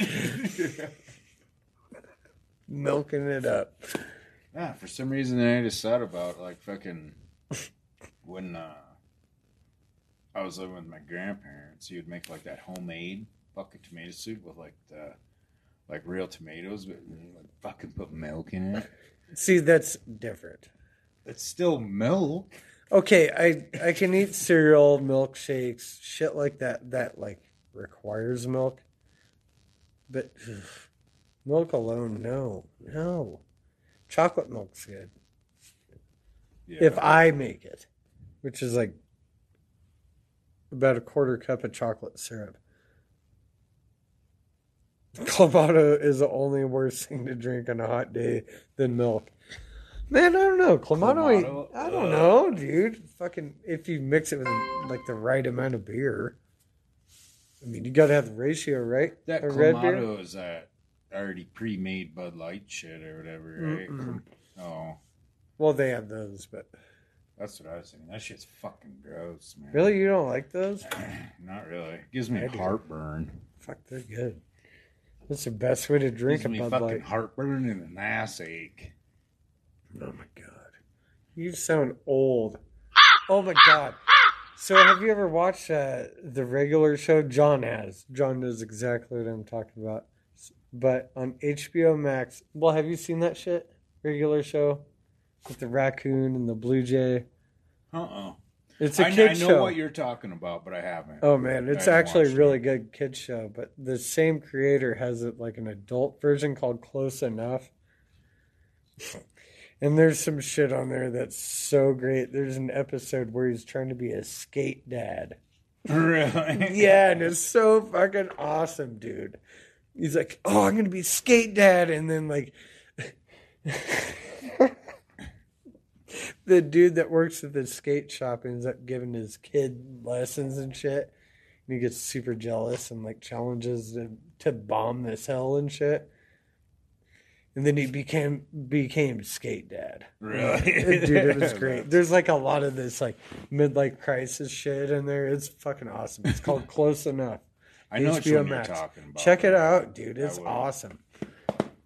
[SPEAKER 4] Milking it up.
[SPEAKER 5] Yeah, for some reason I just thought about like fucking when uh, I was living with my grandparents, he would make like that homemade fucking tomato soup with like the like real tomatoes, but mm, like, fucking put milk in it.
[SPEAKER 4] See, that's different.
[SPEAKER 5] It's still milk.
[SPEAKER 4] Okay, I I can eat cereal, milkshakes, shit like that that like requires milk. But ugh, milk alone, no, no. Chocolate milk's good
[SPEAKER 5] Yeah.
[SPEAKER 4] if I make it, which is like about a quarter cup of chocolate syrup. Clamato is the only worse thing to drink on a hot day than milk. Man, I don't know. Clamato, ain't-
[SPEAKER 5] Clamato?
[SPEAKER 4] I
[SPEAKER 5] Ugh.
[SPEAKER 4] don't know, dude. Fucking, if you mix it with like the right amount of beer, I mean, you got to have the ratio, right?
[SPEAKER 5] that
[SPEAKER 4] Of red beer?
[SPEAKER 5] Clamato is that already pre-made Bud Light shit or whatever, right? Oh,
[SPEAKER 4] Well, they have those, but
[SPEAKER 5] that's what I was thinking. That shit's fucking gross, man.
[SPEAKER 4] really, you don't like those?
[SPEAKER 5] Not really. gives me
[SPEAKER 4] I do.
[SPEAKER 5] heartburn.
[SPEAKER 4] Fuck, they're good. That's the best way to drink
[SPEAKER 5] Gives
[SPEAKER 4] a
[SPEAKER 5] me
[SPEAKER 4] Bud
[SPEAKER 5] fucking
[SPEAKER 4] Light.
[SPEAKER 5] heartburn and an ass ache.
[SPEAKER 4] Oh my god. You sound old. Oh my god. So have you ever watched uh, the regular show? John has. John knows exactly what I'm talking about. But on HBO Max, well, have you seen that shit? Regular show with the raccoon and the blue jay.
[SPEAKER 5] Uh-uh.
[SPEAKER 4] It's
[SPEAKER 5] I kn-
[SPEAKER 4] a kid
[SPEAKER 5] I know
[SPEAKER 4] show.
[SPEAKER 5] what you're talking about, but I haven't.
[SPEAKER 4] Oh man, it's
[SPEAKER 5] I haven't
[SPEAKER 4] actually a
[SPEAKER 5] watched
[SPEAKER 4] really
[SPEAKER 5] it.
[SPEAKER 4] good kid show, but the same creator has it like an adult version called Close Enough, And there's some shit on there that's so great. There's an episode where he's trying to be a skate dad.
[SPEAKER 5] Really?
[SPEAKER 4] Yeah, and it's so fucking awesome, dude. He's like, "Oh, I'm gonna be skate dad," and then like, the dude that works at the skate shop ends up giving his kid lessons and shit, and he gets super jealous and like challenges to, to bomb this hell and shit. And then he became became skate dad.
[SPEAKER 5] Really?
[SPEAKER 4] Dude, it was great. There's like a lot of this like midlife crisis shit in there. It's fucking awesome. It's called Close Enough.
[SPEAKER 5] I know
[SPEAKER 4] HBO
[SPEAKER 5] what you're
[SPEAKER 4] Max.
[SPEAKER 5] talking about.
[SPEAKER 4] Check it out, dude.
[SPEAKER 5] I
[SPEAKER 4] It's
[SPEAKER 5] will.
[SPEAKER 4] awesome.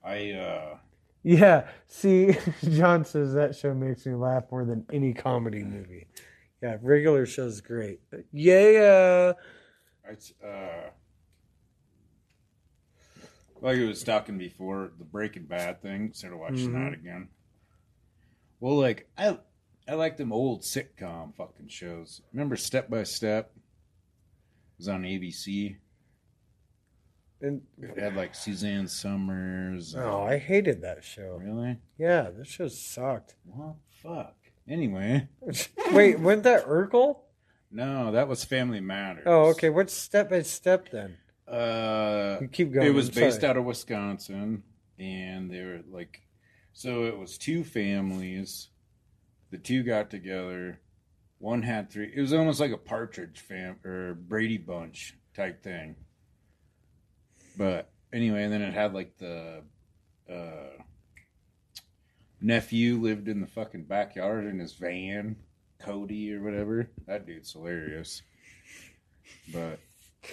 [SPEAKER 5] I uh
[SPEAKER 4] Yeah. See, John says that show makes me laugh more than any comedy movie. Yeah, regular show's great. Yeah.
[SPEAKER 5] it's uh like I was talking before the Breaking Bad thing. Started watching
[SPEAKER 4] Mhm.
[SPEAKER 5] that again. Well, like I, I like them old sitcom fucking shows. Remember Step by Step? It was on ABC.
[SPEAKER 4] And
[SPEAKER 5] It had like Suzanne Summers. and-
[SPEAKER 4] oh, I hated that show.
[SPEAKER 5] really?
[SPEAKER 4] Yeah, that show sucked.
[SPEAKER 5] Well, fuck. Anyway,
[SPEAKER 4] Wait, wasn't that Urkel?
[SPEAKER 5] no, that was Family Matters.
[SPEAKER 4] Oh, okay. What's step by step then?
[SPEAKER 5] Uh,
[SPEAKER 4] You keep going.
[SPEAKER 5] It was
[SPEAKER 4] I'm
[SPEAKER 5] based
[SPEAKER 4] sorry.
[SPEAKER 5] out of Wisconsin, and they were like, so it was two families. The two got together. One had three. It was almost like a Partridge fam or Brady Bunch type thing. But anyway, and then it had like the uh, nephew lived in the fucking backyard in his van, Cody or whatever. That dude's hilarious. But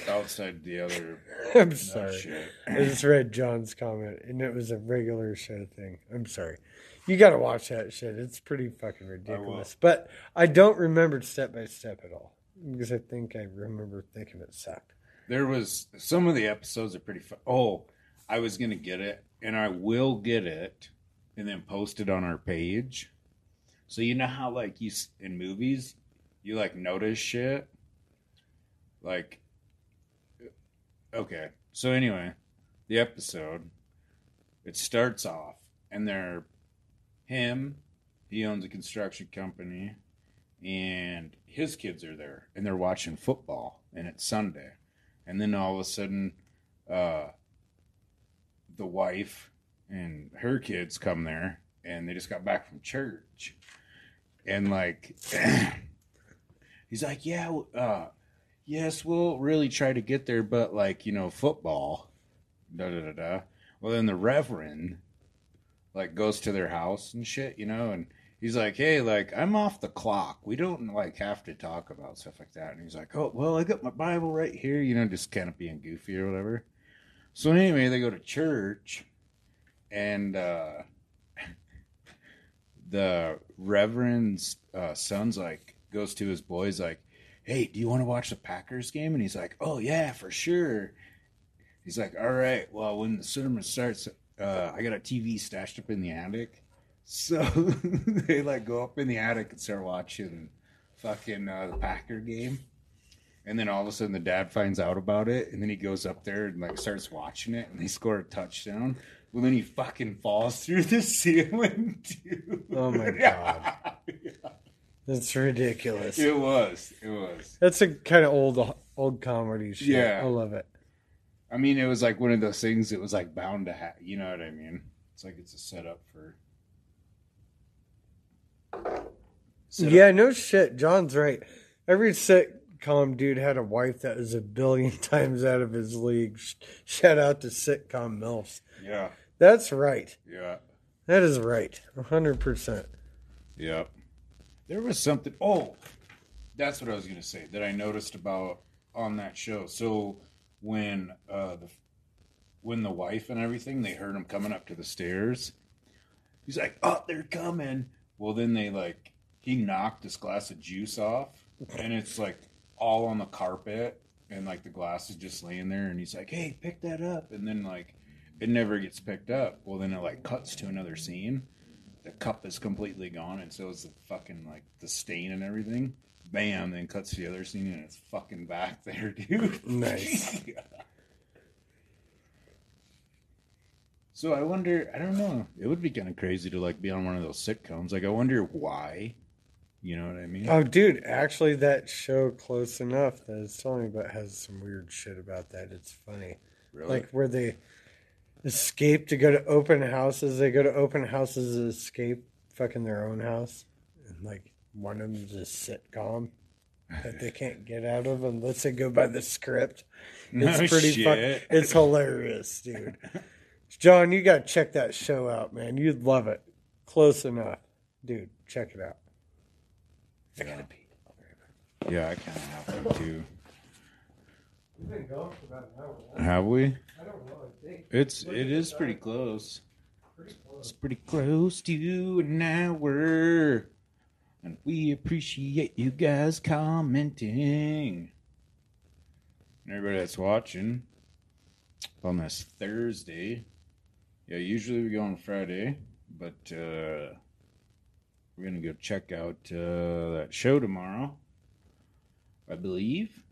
[SPEAKER 5] outside the other
[SPEAKER 4] I'm
[SPEAKER 5] that
[SPEAKER 4] sorry.
[SPEAKER 5] Oh, shit.
[SPEAKER 4] I just read John's comment, and it was a regular show thing. I'm sorry. You got to watch that shit. It's pretty fucking ridiculous. But I don't remember step by step at all because I think I remember thinking it sucked.
[SPEAKER 5] There was some of the episodes are pretty. Fu- oh, I was gonna get it, and I will get it, and then post it on our page. So you know how like you s- in movies, you like notice shit. Like, okay. So anyway, the episode, it starts off, and they're him. He owns a construction company, and his kids are there, and they're watching football, and it's Sunday and then all of a sudden uh the wife and her kids come there and they just got back from church and like he's like yeah uh yes we'll really try to get there but like you know football da da da da well then the reverend like goes to their house and shit you know and he's like hey like i'm off the clock we don't like have to talk about stuff like that and he's like oh well i got my bible right here you know just kind of being goofy or whatever so anyway they go to church and uh the reverend's uh, son's like goes to his boys like hey do you want to watch the packers game and he's like oh yeah for sure he's like all right well when the sermon starts uh, i got a tv stashed up in the attic so they like go up in the attic and start watching fucking uh, the Packer game. And then all of a sudden the dad finds out about it and then he goes up there and like starts watching it and they score a touchdown. Well then he fucking falls through the ceiling dude.
[SPEAKER 4] Oh my God. That's ridiculous.
[SPEAKER 5] It was. It was.
[SPEAKER 4] That's a kind of old old comedy shit.
[SPEAKER 5] Yeah.
[SPEAKER 4] I love it.
[SPEAKER 5] I mean it was like one of those things that was like bound to happen. You know what I mean? It's like it's a setup for setup.
[SPEAKER 4] Yeah, no shit. John's right. Every sitcom dude had a wife that was a billion times out of his league. Sh- Shout out to sitcom MILFs.
[SPEAKER 5] Yeah.
[SPEAKER 4] That's right.
[SPEAKER 5] Yeah.
[SPEAKER 4] That is right. 100%.
[SPEAKER 5] Yep. There was something. Oh, that's what I was going to say that I noticed about on that show. So when uh, the when the wife and everything, they heard him coming up to the stairs. He's like, "Oh, they're coming." Well, then they like he knocked this glass of juice off, and it's like all on the carpet, and like the glass is just laying there. And he's like, "Hey, pick that up!" And then like it never gets picked up. Well, then it like cuts to another scene the cup is completely gone, and so is the fucking like the stain and everything. Bam! Then cuts to the other scene, and it's fucking back there, dude.
[SPEAKER 4] Nice.
[SPEAKER 5] So I wonder. I don't know. It would be kind of crazy to like be on one of those sitcoms. Like I wonder why. You know what I mean?
[SPEAKER 4] Oh, dude, actually, that show Close Enough that I was telling you about has some weird shit about that. It's funny.
[SPEAKER 5] really?
[SPEAKER 4] Like where they escape to go to open houses. They go to open houses to escape fucking their own house. And like one of them's a sitcom that they can't get out of unless they go by the script. It's
[SPEAKER 5] No
[SPEAKER 4] pretty fuck-
[SPEAKER 5] shit.
[SPEAKER 4] it's hilarious, dude. John, you gotta check that show out, man. You'd love it. Close enough. Dude, check it out. I gotta pee.
[SPEAKER 5] yeah, I kind of have to too.
[SPEAKER 4] We've been going for about an hour.
[SPEAKER 5] Have we?
[SPEAKER 4] I don't know, I think.
[SPEAKER 5] It's it is pretty close. It's pretty close to an hour, and we appreciate you guys commenting. And Everybody that's watching on this Thursday. Yeah, usually we go on Friday, but uh, we're gonna go check out uh, that show tomorrow. I believe,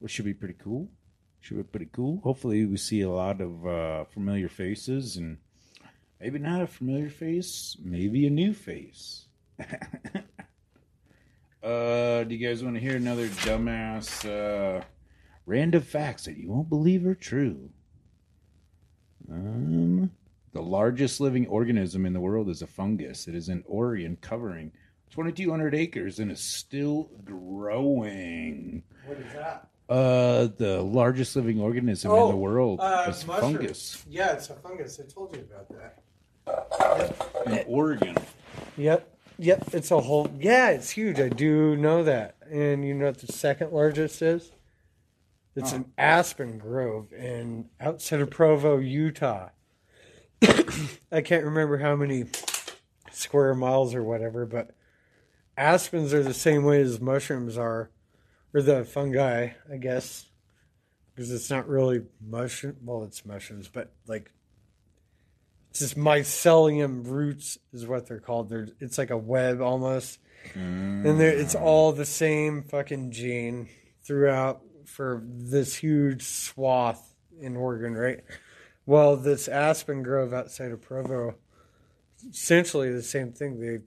[SPEAKER 5] which should be pretty cool should be pretty cool. Hopefully, we see a lot of uh, familiar faces and maybe not a familiar face, maybe a new face. uh, do you guys want to hear another dumbass uh, random facts that you won't believe are true? Um, the largest living organism in the world is a fungus. It is in Oregon, covering 2,200 acres and is still growing.
[SPEAKER 4] What is that?
[SPEAKER 5] Uh, the largest living organism in
[SPEAKER 4] Oh,
[SPEAKER 5] the world
[SPEAKER 4] uh,
[SPEAKER 5] is
[SPEAKER 4] mushroom.
[SPEAKER 5] fungus
[SPEAKER 4] Yeah, it's a fungus. I told you about that.
[SPEAKER 5] in Oregon.
[SPEAKER 4] Yep. Yep. It's a whole. Yeah, it's huge. I do know that. And you know what the second largest is? It's an aspen grove in outside of Provo, Utah. I can't remember how many square miles or whatever, but aspens are the same way as mushrooms are, or the fungi, I guess, because it's not really mushroom. Well, it's mushrooms, but like it's just mycelium roots is what they're called. They're, it's like a web almost, and they're, it's all the same fucking gene throughout for this huge swath in Oregon, right? Well, this aspen grove outside of Provo, essentially the same thing. They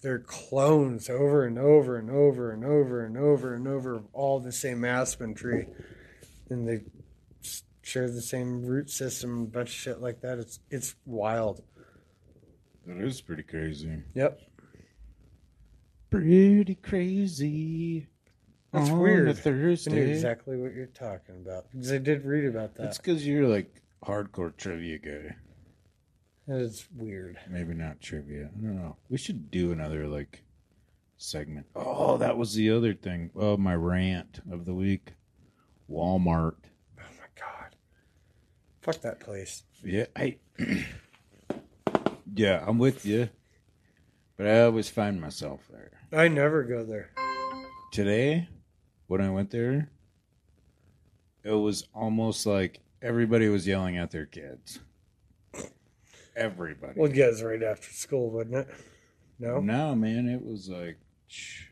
[SPEAKER 4] they're clones over and over and over and over and over and over of all the same aspen tree, and they s- share the same root system, a bunch of shit like that. It's it's wild.
[SPEAKER 5] That is pretty crazy.
[SPEAKER 4] Yep.
[SPEAKER 5] Pretty crazy.
[SPEAKER 4] That's
[SPEAKER 5] on
[SPEAKER 4] weird.
[SPEAKER 5] A
[SPEAKER 4] I knew
[SPEAKER 5] Thursday.
[SPEAKER 4] exactly what you're talking about because I did read about that.
[SPEAKER 5] That's because you're like hardcore trivia guy.
[SPEAKER 4] That is weird.
[SPEAKER 5] Maybe not trivia. I don't know. We should do another like segment. Oh, that was the other thing. Oh, my rant of the week. Walmart.
[SPEAKER 4] Oh my god. Fuck that place.
[SPEAKER 5] Yeah, I. yeah, I'm with you. But I always find myself there.
[SPEAKER 4] I never go there.
[SPEAKER 5] today when I went there, it was almost like everybody was yelling at their kids. Everybody.
[SPEAKER 4] Well, yeah, it's right after school, wouldn't it? No.
[SPEAKER 5] no, man, it was like shh,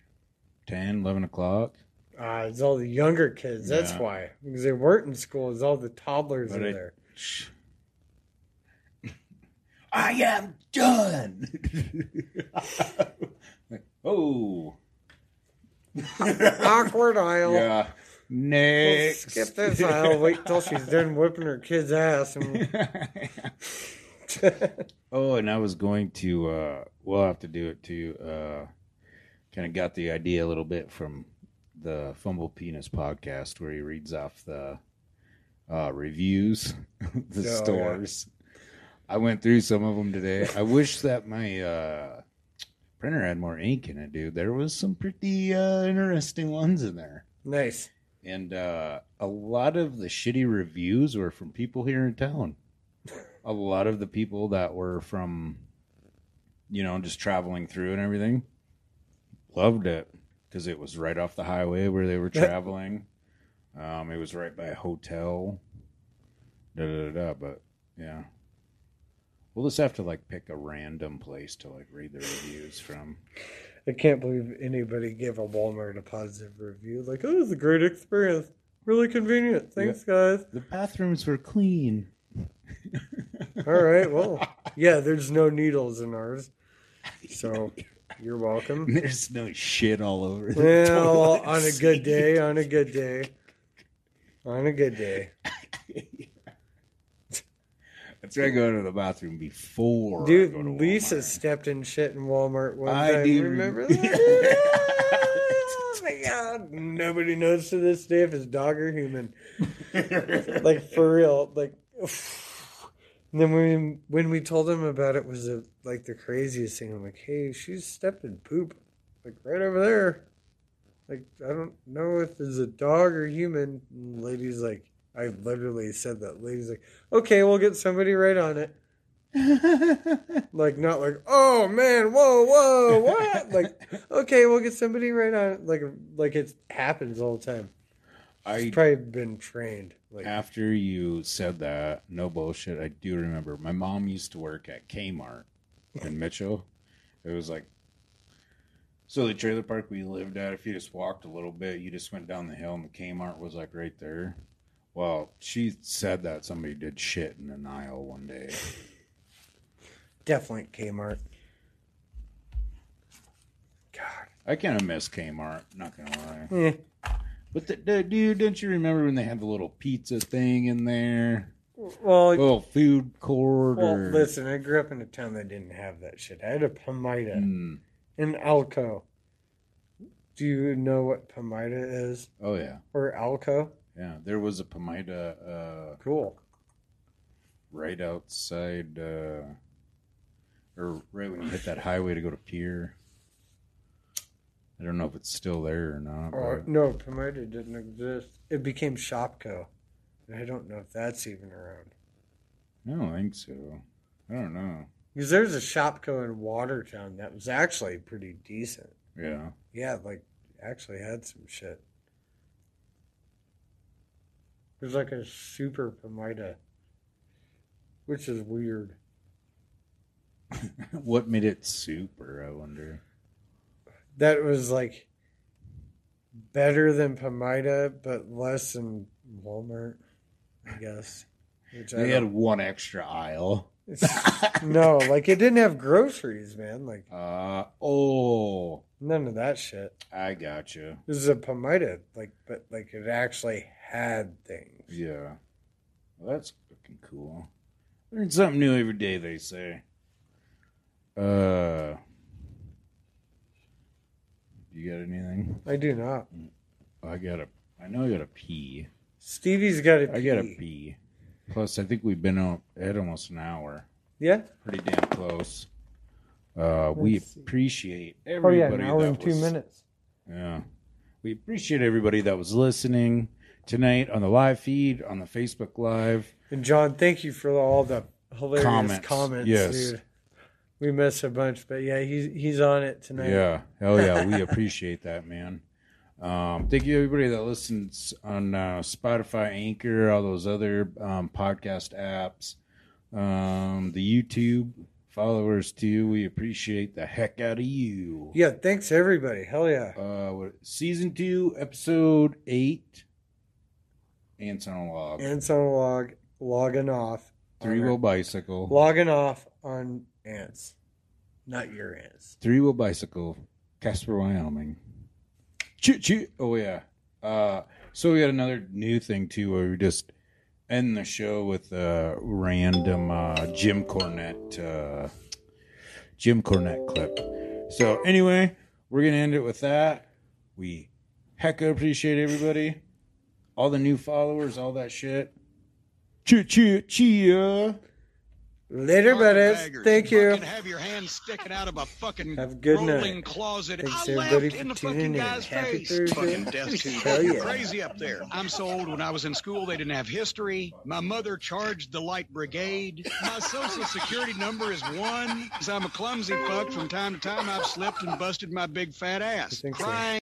[SPEAKER 5] 10, 11 o'clock.
[SPEAKER 4] Ah, it's all the younger kids. That's
[SPEAKER 5] Yeah.
[SPEAKER 4] why. Because they weren't in school. It's all the toddlers
[SPEAKER 5] But
[SPEAKER 4] in
[SPEAKER 5] I-
[SPEAKER 4] there.
[SPEAKER 5] Shh. I am done. Like, oh.
[SPEAKER 4] Awkward aisle.
[SPEAKER 5] Yeah.
[SPEAKER 4] We'll
[SPEAKER 5] Next.
[SPEAKER 4] skip this aisle. Wait till she's done whipping her kid's ass. And...
[SPEAKER 5] Oh, and I was going to. Uh, we'll have to do it too. Uh, kind of got the idea a little bit from the Fumble Penis podcast, where he reads off the uh, reviews, of the
[SPEAKER 4] Oh, yeah.
[SPEAKER 5] stores. I went through some of them today. I wish that my uh, printer had more ink in it, dude. There was some pretty uh, interesting ones in there,
[SPEAKER 4] nice.
[SPEAKER 5] and uh, a lot of the shitty reviews were from people here in town a lot of the people that were from you know just traveling through and everything loved it because it was right off the highway where they were traveling um it was right by a hotel da, da, da, da, but yeah we'll just have to like pick a random place to like read the reviews from
[SPEAKER 4] I can't believe anybody gave a Walmart a positive review. Like, oh, it was a great experience. Really convenient. Thanks, guys.
[SPEAKER 5] the bathrooms were clean
[SPEAKER 4] All right. Well, yeah, there's no needles in ours. So you're welcome.
[SPEAKER 5] There's no shit all over. the
[SPEAKER 4] Well,
[SPEAKER 5] toilet
[SPEAKER 4] on a
[SPEAKER 5] seat.
[SPEAKER 4] good day, on a good day, on a good day.
[SPEAKER 5] I try going to the bathroom before. I
[SPEAKER 4] Dude,
[SPEAKER 5] go to
[SPEAKER 4] Lisa
[SPEAKER 5] Walmart.
[SPEAKER 4] stepped in shit in Walmart one
[SPEAKER 5] I
[SPEAKER 4] time.
[SPEAKER 5] do
[SPEAKER 4] Remember
[SPEAKER 5] remember
[SPEAKER 4] that? Oh my God. Nobody knows to this day if it's dog or human. like for real. Like and then when when we told him about it was a, like the craziest thing. I'm like, hey, she stepped in poop. Like right over there. Like, I don't know if it's a dog or human. And the lady's like, I literally said that. The lady's like, okay, we'll get somebody right on it. Like not like, oh man, whoa, whoa, what? like, okay, we'll get somebody right on. it. Like, like it happens all the time.
[SPEAKER 5] I
[SPEAKER 4] It's probably been trained. Like,
[SPEAKER 5] after you said that, no bullshit. I do remember my mom used to work at Kmart in Mitchell. It was like so the trailer park we lived at. If you just walked a little bit, you just went down the hill, and the Kmart was like right there. Well, she said that somebody did shit in an aisle one day.
[SPEAKER 4] definitely Kmart. God.
[SPEAKER 5] I kind of miss Kmart. Not gonna lie.
[SPEAKER 4] Eh,
[SPEAKER 5] But the, the- dude, don't you remember when they had the little pizza thing in there,
[SPEAKER 4] Well,
[SPEAKER 5] little food court?
[SPEAKER 4] well,
[SPEAKER 5] or,
[SPEAKER 4] listen, I grew up in a town that didn't have that shit. I had a Pomida
[SPEAKER 5] Mm,
[SPEAKER 4] and Alco. Do you know what Pomida is
[SPEAKER 5] oh yeah,
[SPEAKER 4] or Alco?
[SPEAKER 5] yeah. There was a Pomida uh,
[SPEAKER 4] Cool.
[SPEAKER 5] right outside, uh, or right when you hit that highway to go to Pier. I don't know if it's still there or not.
[SPEAKER 4] Or,
[SPEAKER 5] but-
[SPEAKER 4] no, Pomida didn't exist. It became Shopco. And I don't know if that's even around.
[SPEAKER 5] I don't think so. I don't know.
[SPEAKER 4] Because there's a Shopco in Watertown that was actually pretty decent.
[SPEAKER 5] Yeah.
[SPEAKER 4] Yeah, like actually had some shit. There's like a super Pomida, which is weird.
[SPEAKER 5] what made it super? I wonder.
[SPEAKER 4] That was like better than Pomida, but less than Walmart, I guess. Which I
[SPEAKER 5] They
[SPEAKER 4] don't-
[SPEAKER 5] had one extra aisle.
[SPEAKER 4] no, like it didn't have groceries, man. Like
[SPEAKER 5] Uh oh.
[SPEAKER 4] none of that shit.
[SPEAKER 5] I gotcha.
[SPEAKER 4] This is a Pomida, like, but like it actually had things.
[SPEAKER 5] Yeah. Well, that's fucking cool. Learn something new every day, they say. Uh. You got anything?
[SPEAKER 4] I do not.
[SPEAKER 5] I got a. I know I got a pee.
[SPEAKER 4] Stevie's got a
[SPEAKER 5] I got a
[SPEAKER 4] pee.
[SPEAKER 5] pee. Plus, I think we've been out at almost an hour.
[SPEAKER 4] Yeah.
[SPEAKER 5] Pretty damn close. Uh, we
[SPEAKER 4] Let's see. Oh,
[SPEAKER 5] appreciate everybody. that was-
[SPEAKER 4] minutes.
[SPEAKER 5] Yeah. We appreciate everybody that was listening tonight on the live feed, on the Facebook Live.
[SPEAKER 4] And John, thank you for all the hilarious
[SPEAKER 5] Comments.
[SPEAKER 4] comments,
[SPEAKER 5] Yes.
[SPEAKER 4] dude. We miss a bunch, but yeah, he's he's on it tonight.
[SPEAKER 5] Yeah. Hell yeah. We appreciate that, man. Um, thank you, everybody that listens on uh, Spotify, Anchor, all those other um, podcast apps, um, the YouTube followers, too. We appreciate the heck out of you.
[SPEAKER 4] Yeah, thanks everybody. Hell yeah.
[SPEAKER 5] Uh, what, season two, episode eight, Ants on a Log,
[SPEAKER 4] Ants on a log, logging off. on
[SPEAKER 5] Three
[SPEAKER 4] our-
[SPEAKER 5] Wheel Bicycle.
[SPEAKER 4] Logging off on ants, not your ants.
[SPEAKER 5] three wheel bicycle, Casper, Wyoming. Choo choo. Oh yeah. Uh, so we got another new thing too, where we just end the show with a random uh, Jim Cornette uh, Jim Cornette clip. So anyway, we're gonna end it with that. We hecka appreciate everybody, all the new followers, all that shit. Choo choo chia.
[SPEAKER 4] Later,
[SPEAKER 6] Carpet
[SPEAKER 4] buddies.
[SPEAKER 6] baggers.
[SPEAKER 4] Thank you.
[SPEAKER 6] Fucking have your hands sticking out of a fucking
[SPEAKER 4] Have a good night.
[SPEAKER 6] rolling closet.
[SPEAKER 4] Thanks
[SPEAKER 6] I
[SPEAKER 4] everybody
[SPEAKER 6] laughed
[SPEAKER 4] for
[SPEAKER 6] in the
[SPEAKER 4] tuning
[SPEAKER 6] fucking
[SPEAKER 4] in.
[SPEAKER 6] guy's
[SPEAKER 4] Happy
[SPEAKER 6] face.
[SPEAKER 4] Thursday.
[SPEAKER 6] Fucking death tube.
[SPEAKER 4] Hell yeah.
[SPEAKER 6] Crazy up there. I'm so old. When I was in school, they didn't have history. My mother charged the light brigade. My social security number is one. Because I'm a clumsy fuck. From time to time, I've slipped and busted my big fat ass.
[SPEAKER 4] think so.
[SPEAKER 6] Crying.